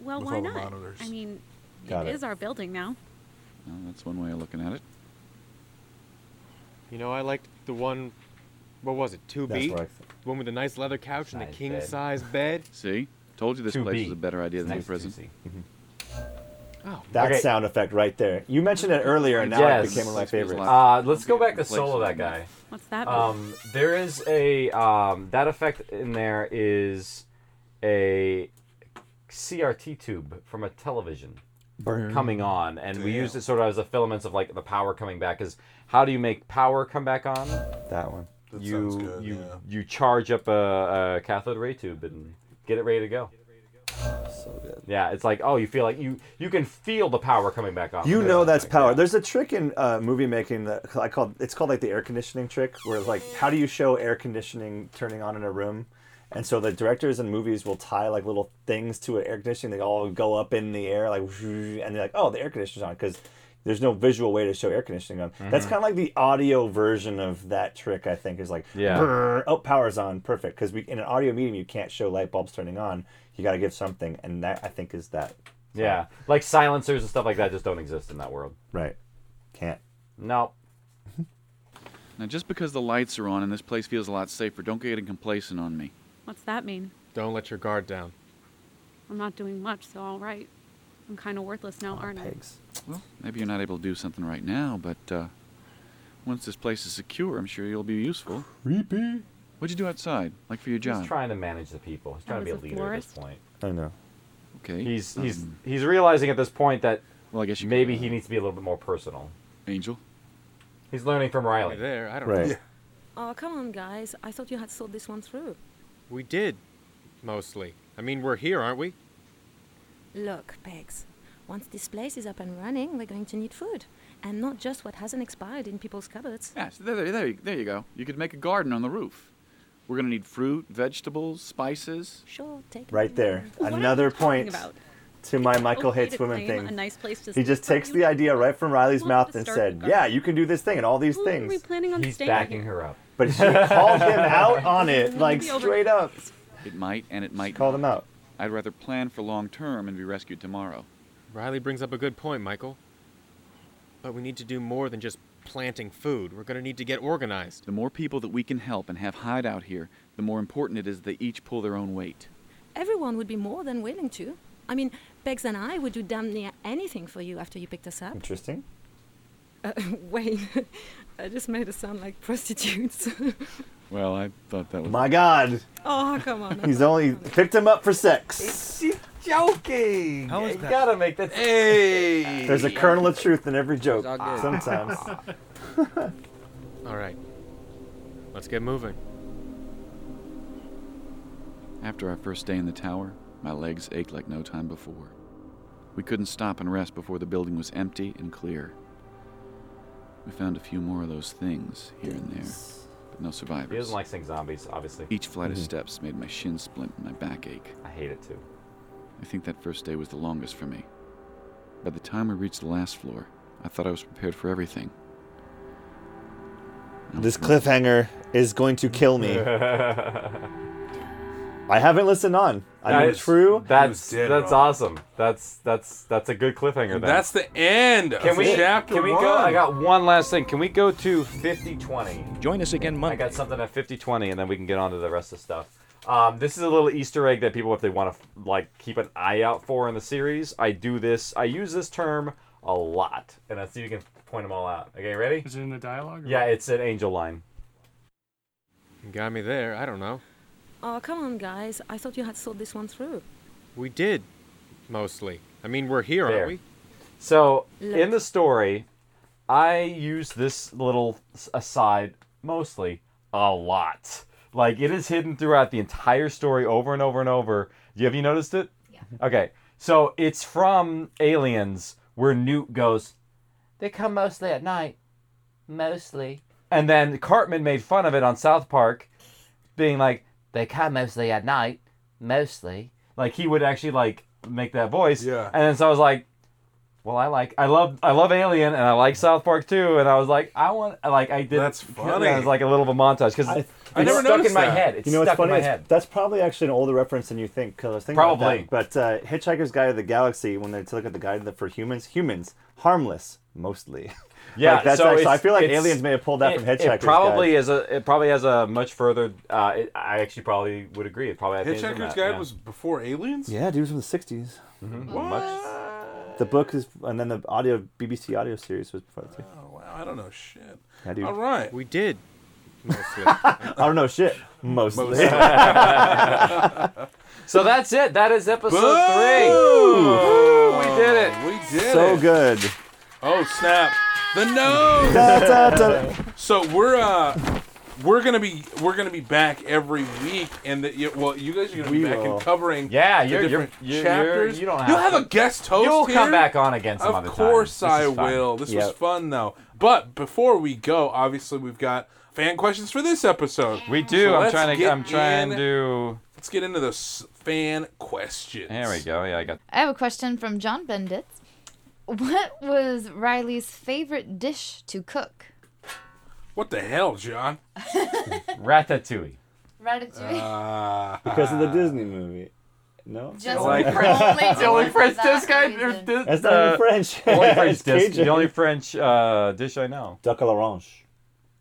S15: Well,
S6: With
S15: why
S6: all the
S15: not?
S6: monitors.
S15: I mean,
S3: Got
S15: it
S3: it.
S15: is our building now.
S1: Well, that's one way of looking at it.
S4: You know, I liked the one. What was it? Two B.
S3: That's right.
S4: The one with the nice leather couch and the
S5: Nice
S4: king
S5: bed.
S4: size bed.
S1: See? Told you this
S5: 2B.
S1: place was a better idea than
S5: Nice
S1: the prison.
S5: 2C.
S4: Oh,
S3: That
S5: Okay.
S3: sound effect right there. You mentioned it earlier, and now it
S5: Yes.
S3: became one of my favorites.
S5: Uh, let's go back to solo that guy.
S15: What's that? mean?
S5: Um, there is a um, that effect in there is a CRT tube from a television coming on, and we used it sort of as a filaments of like the power coming back. Is how do you make power come back on?
S3: that one.
S6: That
S5: you
S6: sounds good,
S5: you
S6: yeah.
S5: you charge up a, a cathode ray tube and get it ready to go.
S3: So good.
S5: Yeah, it's like oh, you feel like you you can feel the power coming back on.
S3: You know that's power. There's a trick in uh, movie making that I call it's called like the air conditioning trick, where it's like how do you show air conditioning turning on in a room? And so the directors in movies will tie like little things to an air conditioning. They all go up in the air like, and they're like, oh, the air conditioner's on because there's no visual way to show air conditioning on. That's
S5: Mhm.
S3: kind of like the audio version of that trick. I think is like
S5: Yeah.
S3: "Brrr, oh power's on perfect because we in an audio medium you can't show light bulbs turning on. You got to give something, and that I think is that
S5: Yeah, like silencers and stuff like that just don't exist in that world.
S3: right. Can't.
S5: No.
S1: Now, just because the lights are on and this place feels a lot safer, don't get complacent on me.
S15: What's that mean?
S4: Don't let your guard down.
S15: I'm not doing much, so all right. I'm kind of worthless
S5: Oh,
S15: now, aren't
S1: Well, maybe you're not able to do something right now, but uh, once this place is secure, I'm sure you'll be useful.
S3: Creepy.
S1: What'd you do outside, like for your job?
S5: He's trying to manage the people. He's
S1: That
S5: trying to be a
S1: was a
S5: leader at
S1: florist?
S5: this point.
S3: I know.
S1: Okay.
S5: He's he's
S1: Um,
S5: he's realizing at this point that
S1: well, I guess uh,
S5: maybe he needs to be a little bit more personal.
S1: Angel.
S5: He's learning from Riley.
S4: There, I don't
S3: Right.
S4: know.
S9: Oh, come on, guys. I thought you had thought this one through.
S4: We did, mostly. I mean, we're here, aren't we?
S9: Look, Pegs. Once this place is up and running, we're going to need food. And not just what hasn't expired in people's cupboards.
S1: Yeah, so there, there, there, you- there you go. You could make a garden on the roof. We're going to need fruit, vegetables, spices.
S9: Sure, take
S3: Right there.
S15: What are
S3: Another
S15: you talking
S3: point
S15: about?
S3: to my Michael
S15: okay
S3: hates
S15: to
S3: women
S15: claim a
S3: thing.
S15: nice place to
S3: he
S15: sleep
S3: just
S15: for
S3: takes the idea right from Riley's mouth
S15: start
S3: and
S15: the
S3: said,
S15: garden.
S3: "Yeah, you can do this thing and all these
S15: Who
S3: things."
S15: Are we planning on staying?
S5: her up.
S3: But she called him out on it,
S15: Maybe
S3: like
S15: over-
S3: straight up.
S1: It might, and it might.
S3: Call them out.
S1: I'd rather plan for long term and be rescued tomorrow.
S4: Riley brings up a good point, Michael. But we need to do more than just planting food. We're going to need to get organized.
S1: The more people that we can help and have hide out here, the more important it is they each pull their own weight.
S9: Everyone would be more than willing to. I mean, Pegs and I would do damn near anything for you after you picked us up.
S3: Interesting.
S9: Uh, wait, I just made it sound like prostitutes.
S1: Well, I thought that was.
S3: My God,
S9: oh, come on.
S3: he's only picked him up for sex.
S5: She's joking.
S3: How is
S5: you
S3: that-
S5: gotta make that.
S4: Hey.
S3: There's a kernel of truth in every joke.
S5: all good.
S3: Sometimes.
S4: All right. Let's get moving.
S1: After our first day in the tower, my legs ached like no time before. We couldn't stop and rest before the building was empty and clear. We found a few more of those things here and there, but no
S5: He
S1: survivors.
S5: doesn't like seeing zombies, obviously.
S1: Each flight of
S5: Mhm.
S1: steps made my shin splint and my back ache.
S5: I hate it too.
S1: I think that first day was the longest for me. By the time we reached the last floor, I thought I was prepared for everything.
S3: This cliffhanger is going to kill me. I haven't listened on. I mean,
S5: That's-
S3: true.
S5: That's
S6: dead
S5: that's
S6: wrong.
S5: awesome. That's that's that's a good cliffhanger. Then.
S6: That's the end
S5: Can
S6: of
S5: we
S6: chapter
S5: can we
S6: one.
S5: go? I got one last thing. Can we go to 5020? Join us again Monday. I got something at 5020, and then we can get on to the rest of stuff. Um, this is a little Easter egg that people, if they want to like, keep an eye out for in the series. I do this. I use this term a lot, and I see if you can point them all out. Okay, ready?
S7: Is it in the dialogue? or-
S5: Yeah, it's an angel line.
S4: Got me there. I don't know.
S9: Oh, come on, guys. I thought you had thought this one through.
S4: We did, mostly. I mean, we're here,
S5: There.
S4: aren't we?
S5: So
S9: Look.
S5: in the story, I use this little s- aside mostly a lot. Like it is hidden throughout the entire story, over and over and over. Have you noticed it? Yeah. Okay, so it's from Aliens, where Newt goes, They come mostly at night. Mostly. and then Cartman made fun of it on South Park, being like, "They come mostly at night, mostly." Like he would actually like make that voice. Yeah. And then so I was like, "Well, I like, I love, I love Alien, and I like South Park too." And I was like, "I want, like, I did." That's
S6: funny.
S5: It was like a little bit of a montage because I, never stuck in my head. It's
S3: you know what's
S5: stuck
S3: funny?
S5: in my
S3: It's-
S5: head.
S3: That's probably actually an older reference than you think. 'cause I was thinking about
S5: Probably.
S3: that. But uh, Hitchhiker's Guide to the Galaxy, when they look at the guide for humans, humans harmless mostly.
S5: Yeah,
S3: Like, that's
S5: so
S3: actually, I
S5: it's-
S3: feel like
S5: it's-
S3: aliens may have pulled that
S5: it-
S3: from Hitchhiker's
S5: It probably
S3: Guide.
S5: is a. It probably has a much further. Uh, it, I actually probably would agree. It probably had things in
S6: Hitchhiker's Guide
S5: that, yeah. Mm-hmm.
S6: was before Aliens.
S3: Yeah, dude, it was from the '60s.
S5: What?
S3: The book is, and then the audio BBC audio series was before that too.
S6: Oh, wow, I don't know shit.
S3: Yeah, dude.
S6: All right.
S4: We did. Mostly.
S3: I don't know shit. Mostly.
S6: Mostly.
S5: so that's it. That is episode
S6: Boom!
S5: three. We did it.
S6: We did
S3: so
S6: it.
S3: good.
S6: Oh snap! The
S3: Da, da, da.
S6: nose. so we're uh, we're gonna be we're gonna be back every week, and the, yeah, well, you guys are gonna be
S5: We
S6: back
S5: will.
S6: and covering
S5: Yeah,
S6: the
S5: you're- you're-
S6: different
S5: you're- you're-
S6: chapters.
S5: you don't have
S6: You'll have
S5: to.
S6: a guest host.
S5: You'll come
S6: here?
S5: back on again some
S6: of
S5: other time.
S6: course
S5: This is
S6: I
S5: fun.
S6: will. This was
S5: Yep.
S6: fun though. But before we go, obviously we've got fan questions for this episode.
S5: We do.
S6: So
S5: I'm
S6: let's
S5: trying to.
S6: get
S5: I'm trying
S6: in-
S5: to.
S6: Let's get into the s- fan questions.
S5: There we go. Yeah, I got.
S10: I have a question from John Benditz. What was Riley's favorite dish to cook?
S6: What the hell, John?
S5: Ratatouille.
S6: Uh,
S10: Ratatouille.
S3: because of the Disney movie. No,
S10: Just Only for- French- only
S5: the only
S10: for
S5: French
S10: that
S5: dish guy.
S10: reason.
S3: That's not even French.
S5: the Uh, only French
S3: It's
S5: dish.
S3: Cajun.
S5: The only French uh, dish I know.
S3: Duck à l'orange.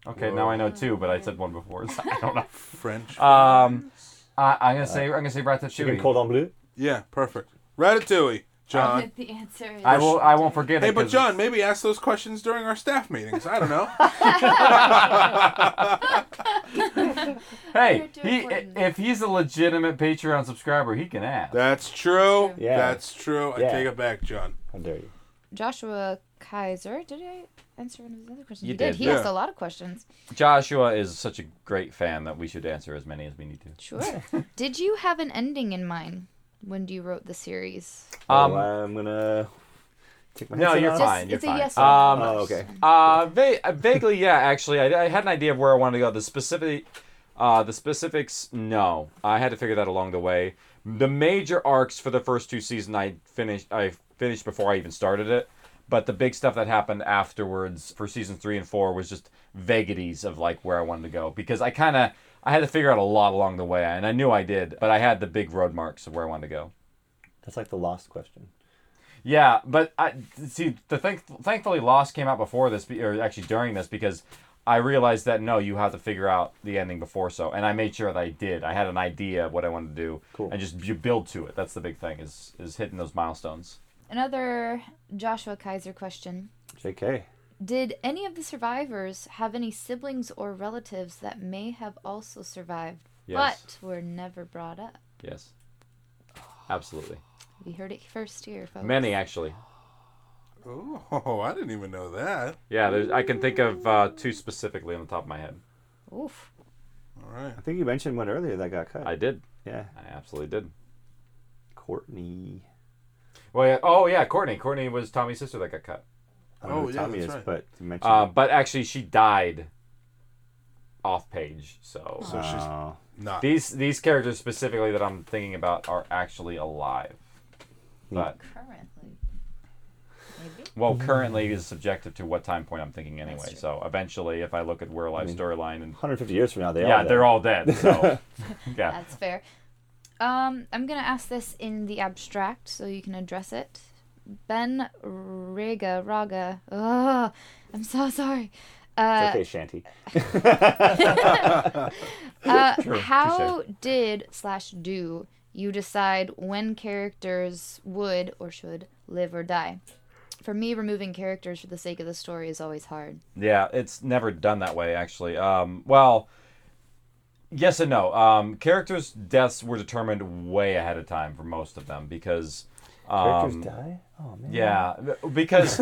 S5: Okay, now I know two, but I said one before, so I don't know.
S6: French.
S5: Um, I, I'm gonna say I'm gonna say ratatouille.
S6: chicken cordon
S3: bleu.
S6: Yeah, perfect. Ratatouille, John.
S10: the answer is
S5: I will. I won't forget
S6: Hey,
S5: it.
S6: but
S5: 'cause
S6: John, maybe ask those questions during our staff meetings. I don't know.
S5: Hey, he, if he's a legitimate Patreon subscriber, he can ask.
S6: That's true.
S5: Yeah.
S6: That's true. I take it back, John.
S3: How dare you?
S10: Joshua Kaiser. Did I answer one of his other questions?
S5: You
S10: he did.
S5: did.
S10: He
S5: Yeah.
S10: asked a lot of questions.
S5: Joshua is such a great fan that we should answer as many as we need to.
S10: Sure. did you have an ending in mind when you wrote the series?
S5: Um,
S3: I'm gonna. Take my
S5: No,
S3: headset
S5: you're
S3: off.
S5: fine. You're
S10: it's a
S5: fine.
S10: yes or
S5: um,
S3: no Oh, okay.
S5: Uh, va- uh, vaguely, yeah. Actually, I, I had an idea of where I wanted to go. The specific, uh, the specifics. No, I had to figure that along the way. The major arcs for the first two seasons, I finished. I finished before I even started it. But the big stuff that happened afterwards for season three and four was just vagaries of like where I wanted to go because I kind of I had to figure out a lot along the way, and I knew I did, but I had the big road marks of where I wanted to go.
S3: That's like the lost question.
S5: Yeah, but I see the thank, thankfully Lost came out before this be- or actually during this because I realized that no, you have to figure out the ending before so, and I made sure that I did. I had an idea of what I wanted to do, cool. and just you build to it. That's the big thing is is hitting those milestones.
S10: Another Joshua Kaiser question.
S3: Jk.
S10: Did any of the survivors have any siblings or relatives that may have also survived
S5: Yes.
S10: but were never brought up?
S5: Yes, absolutely.
S10: We heard it first here, folks.
S5: Many actually.
S6: Oh, I didn't even know that.
S5: Yeah, there's, I can think of uh, two specifically on the top of my head.
S10: Oof.
S6: All right.
S3: I think you mentioned one earlier that got cut.
S5: I did.
S3: Yeah.
S5: I absolutely did.
S3: Courtney.
S5: Well, yeah. Oh, yeah. Courtney. Courtney was Tommy's sister that got cut.
S3: I don't know Oh, who yeah, Tommy that's is, right. but you mentioned
S5: Uh,
S3: it.
S5: but actually, she died off page. So.
S3: So she's Oh.
S6: not-
S5: These these characters specifically that I'm thinking about are actually alive. But
S10: Currently.
S5: well, currently is subjective to what time point I'm thinking anyway. So eventually, if I look at where life storyline and
S3: 150 years from now, they
S5: yeah,
S3: are
S5: they're all dead. So yeah,
S10: That's fair. Um, I'm going to ask this in the abstract so you can address it. Ben Raga Raga. Oh, I'm so sorry. Uh,
S3: it's okay, Shanty.
S10: Uh,
S3: True,
S10: how did slash do you decide when characters would or should live or die? For me, removing characters for the sake of the story is always hard.
S5: Yeah, it's never done that way actually. Um, well, yes and no. Um, characters' deaths were determined way ahead of time for most of them because
S3: Characters
S5: um,
S3: die? Oh, man.
S5: Yeah, because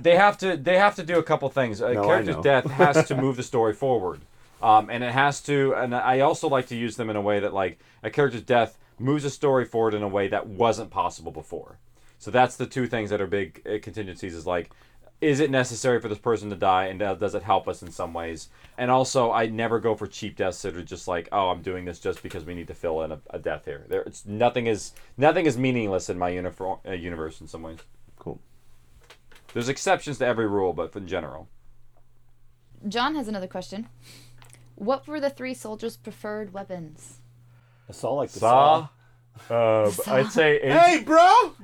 S5: they have to they have to do a couple things. A
S3: No, I
S5: character's
S3: know.
S5: death has to move the story forward, um, and it has to. And I also like to use them in a way that like a character's death moves a story forward in a way that wasn't possible before. So that's the two things that are big uh, contingencies. Is like, is it necessary for this person to die, and uh, does it help us in some ways? And also, I never go for cheap deaths that are just like, oh, I'm doing this just because we need to fill in a, a death here. There, it's nothing is nothing is meaningless in my uniform uh, universe in some ways.
S3: Cool.
S5: There's exceptions to every rule, but in general,
S10: John has another question. What were the three soldiers' preferred weapons?
S3: A saw like the
S5: Saw,
S3: saw.
S5: Uh, I'd say
S6: Hey, bro.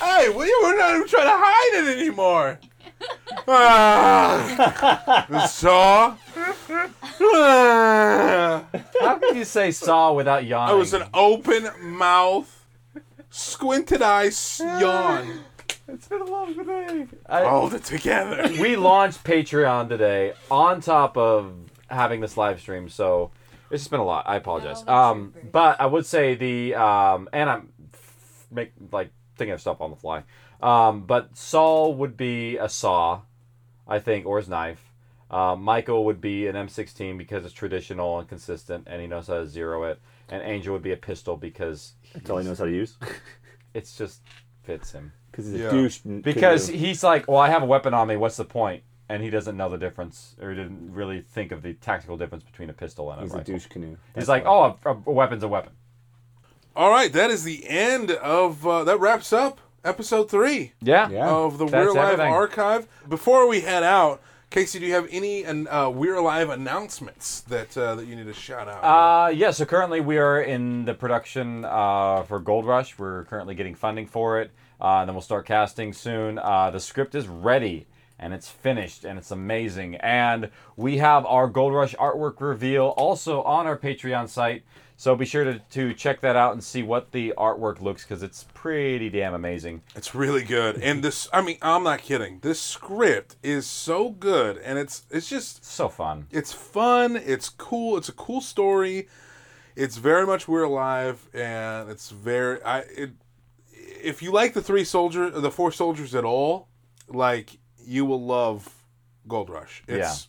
S6: Hey, well, you were not even trying to hide it anymore. Ah, the saw. Ah.
S5: How can you say saw without yawning?
S6: I was an open mouth, squinted eyes yawn.
S5: It's been a long day.
S6: All together.
S5: we launched Patreon today on top of having this live stream, so it's just been a lot. I apologize. um, but I would say the um, and I'm f- make like thinking of stuff on the fly. Um, but Saul would be a saw, I think, or his knife. Uh, Michael would be an M16 because it's traditional and consistent, and he knows how to zero it. And Angel would be a pistol because
S3: That's all he knows how to use.
S5: it's just fits him
S3: 'Cause he's a Yeah. douche and
S5: Because
S3: couldn't-
S5: he's like, well, I have a weapon on me. What's the point? And he doesn't know the difference, or he didn't really think of the tactical difference between a pistol and a
S3: He's a
S5: rifle.
S3: douche canoe.
S5: He's
S3: That's
S5: like, oh, a, a weapon's a weapon.
S6: All right, that is the end of uh, that wraps up episode three.
S5: Yeah. Yeah.
S6: Of the
S5: That's
S6: We're Alive
S5: everything.
S6: archive. Before we head out, Casey, do you have any uh, We're Alive announcements that uh, that you need to shout out?
S5: Uh, yeah, so currently we are in the production uh, for Gold Rush. We're currently getting funding for it, uh, and then we'll start casting soon. Uh, the script is ready, and it's finished, and it's amazing. And we have our Gold Rush artwork reveal also on our Patreon site. So be sure to, to check that out and see what the artwork looks because it's pretty damn amazing.
S6: It's really good. And this, I mean, I'm not kidding. This script is so good, and it's it's just
S5: so fun.
S6: It's fun. It's cool. It's a cool story. It's very much we're alive, and it's very I. It, if you like the three soldier, the four soldiers at all, like you will love Gold Rush. It's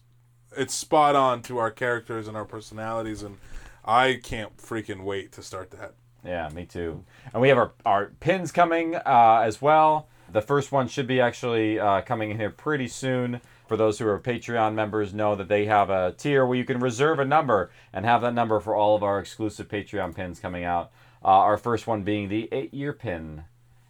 S6: it's spot on to our characters and our personalities, and I can't freaking wait to start that.
S5: Yeah, me too. And we have our, our pins coming uh, as well. The first one should be actually uh, coming in here pretty soon. For those who are Patreon members, know that they have a tier where you can reserve a number and have that number for all of our exclusive Patreon pins coming out. Uh, our first one being the eight year pin.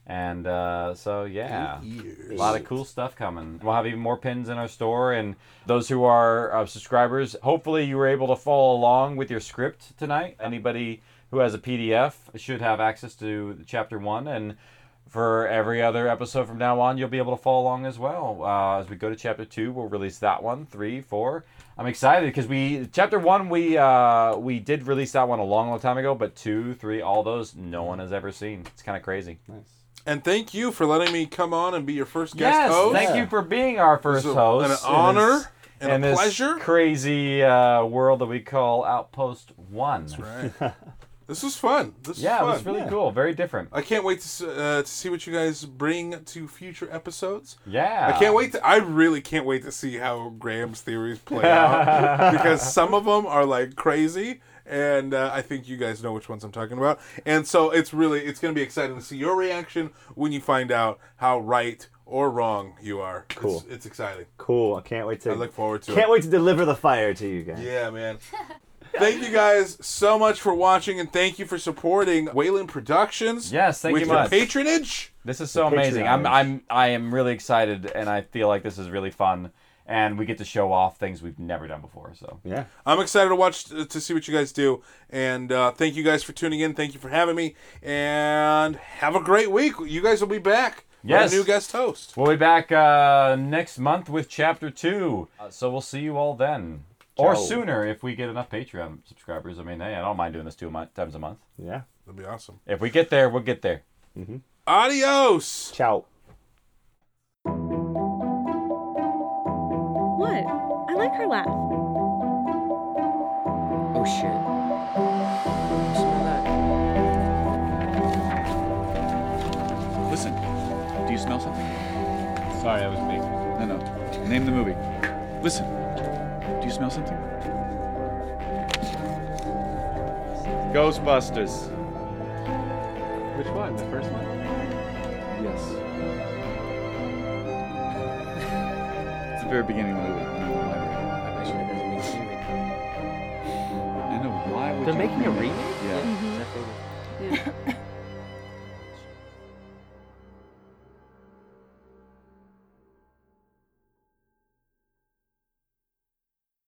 S5: And uh, so, yeah, a lot of cool stuff coming. We'll have even more pins in our store. And those who are uh, subscribers, hopefully you were able to follow along with your script tonight. Anybody who has a PDF should have access to chapter one. And for every other episode from now on, you'll be able to follow along as well. Uh, as we go to chapter two, we'll release that one, three, four. I'm excited because we chapter one we uh, we did release that one a long, long time ago, but two, three, all those no one has ever seen. It's kind of crazy. Nice.
S6: And thank you for letting me come on and be your first guest
S5: Yes,
S6: host.
S5: thank you for being our first
S6: It's a-
S5: host.
S6: An
S5: in
S6: honor
S5: this-
S6: and
S5: in
S6: a
S5: this
S6: pleasure.
S5: Crazy uh, world that we call Outpost One. That's
S6: right. This was fun. This was
S5: yeah,
S6: fun.
S5: it was really cool. Very different.
S6: I can't wait to, s- uh, to see what you guys bring to future episodes.
S5: Yeah.
S6: I can't wait. To, I really can't wait to see how Graham's theories play out because some of them are like crazy, and uh, I think you guys know which ones I'm talking about. And so it's really it's going to be exciting to see your reaction when you find out how right or wrong you are.
S3: Cool.
S6: It's, it's exciting.
S3: Cool. I can't wait to.
S6: I look forward to it.
S3: Can't wait to deliver the fire to you guys.
S6: Yeah, man. thank you guys so much for watching, and thank you for supporting Wayland Productions.
S5: Yes, thank
S6: with
S5: you
S6: your
S5: much.
S6: patronage.
S5: This is so amazing. I'm, I'm, I am really excited, and I feel like this is really fun, and we get to show off things we've never done before. So
S3: yeah,
S6: I'm excited to watch uh, to see what you guys do, and uh, thank you guys for tuning in. Thank you for having me, and have a great week. You guys will be back. with
S5: Yes.
S6: a new guest host.
S5: we'll be back uh, next month with chapter two. Uh, so we'll see you all then, or
S6: Ciao.
S5: sooner if we get enough Patreon subscribers. I mean, hey, I don't mind doing this two mon- times a month.
S3: Yeah,
S6: that'd be awesome.
S5: If we get there, we'll get there.
S3: Mm-hmm.
S6: Adios.
S3: Ciao.
S15: What? I like her laugh.
S11: Oh shit. Smell that.
S1: Listen, do you smell something?
S5: Sorry, that was me.
S1: No, no. Name the movie. Listen, do you smell something?
S16: Ghostbusters.
S7: Which one? The first one?
S1: Yes. It's the very beginning of the movie. I'm in the library.
S11: Actually, that doesn't make sense.
S1: I know. Why would
S11: They're
S1: you
S11: making a
S1: remake-
S11: remake?
S1: Yeah.
S5: Mm-hmm.
S11: Is that favorite?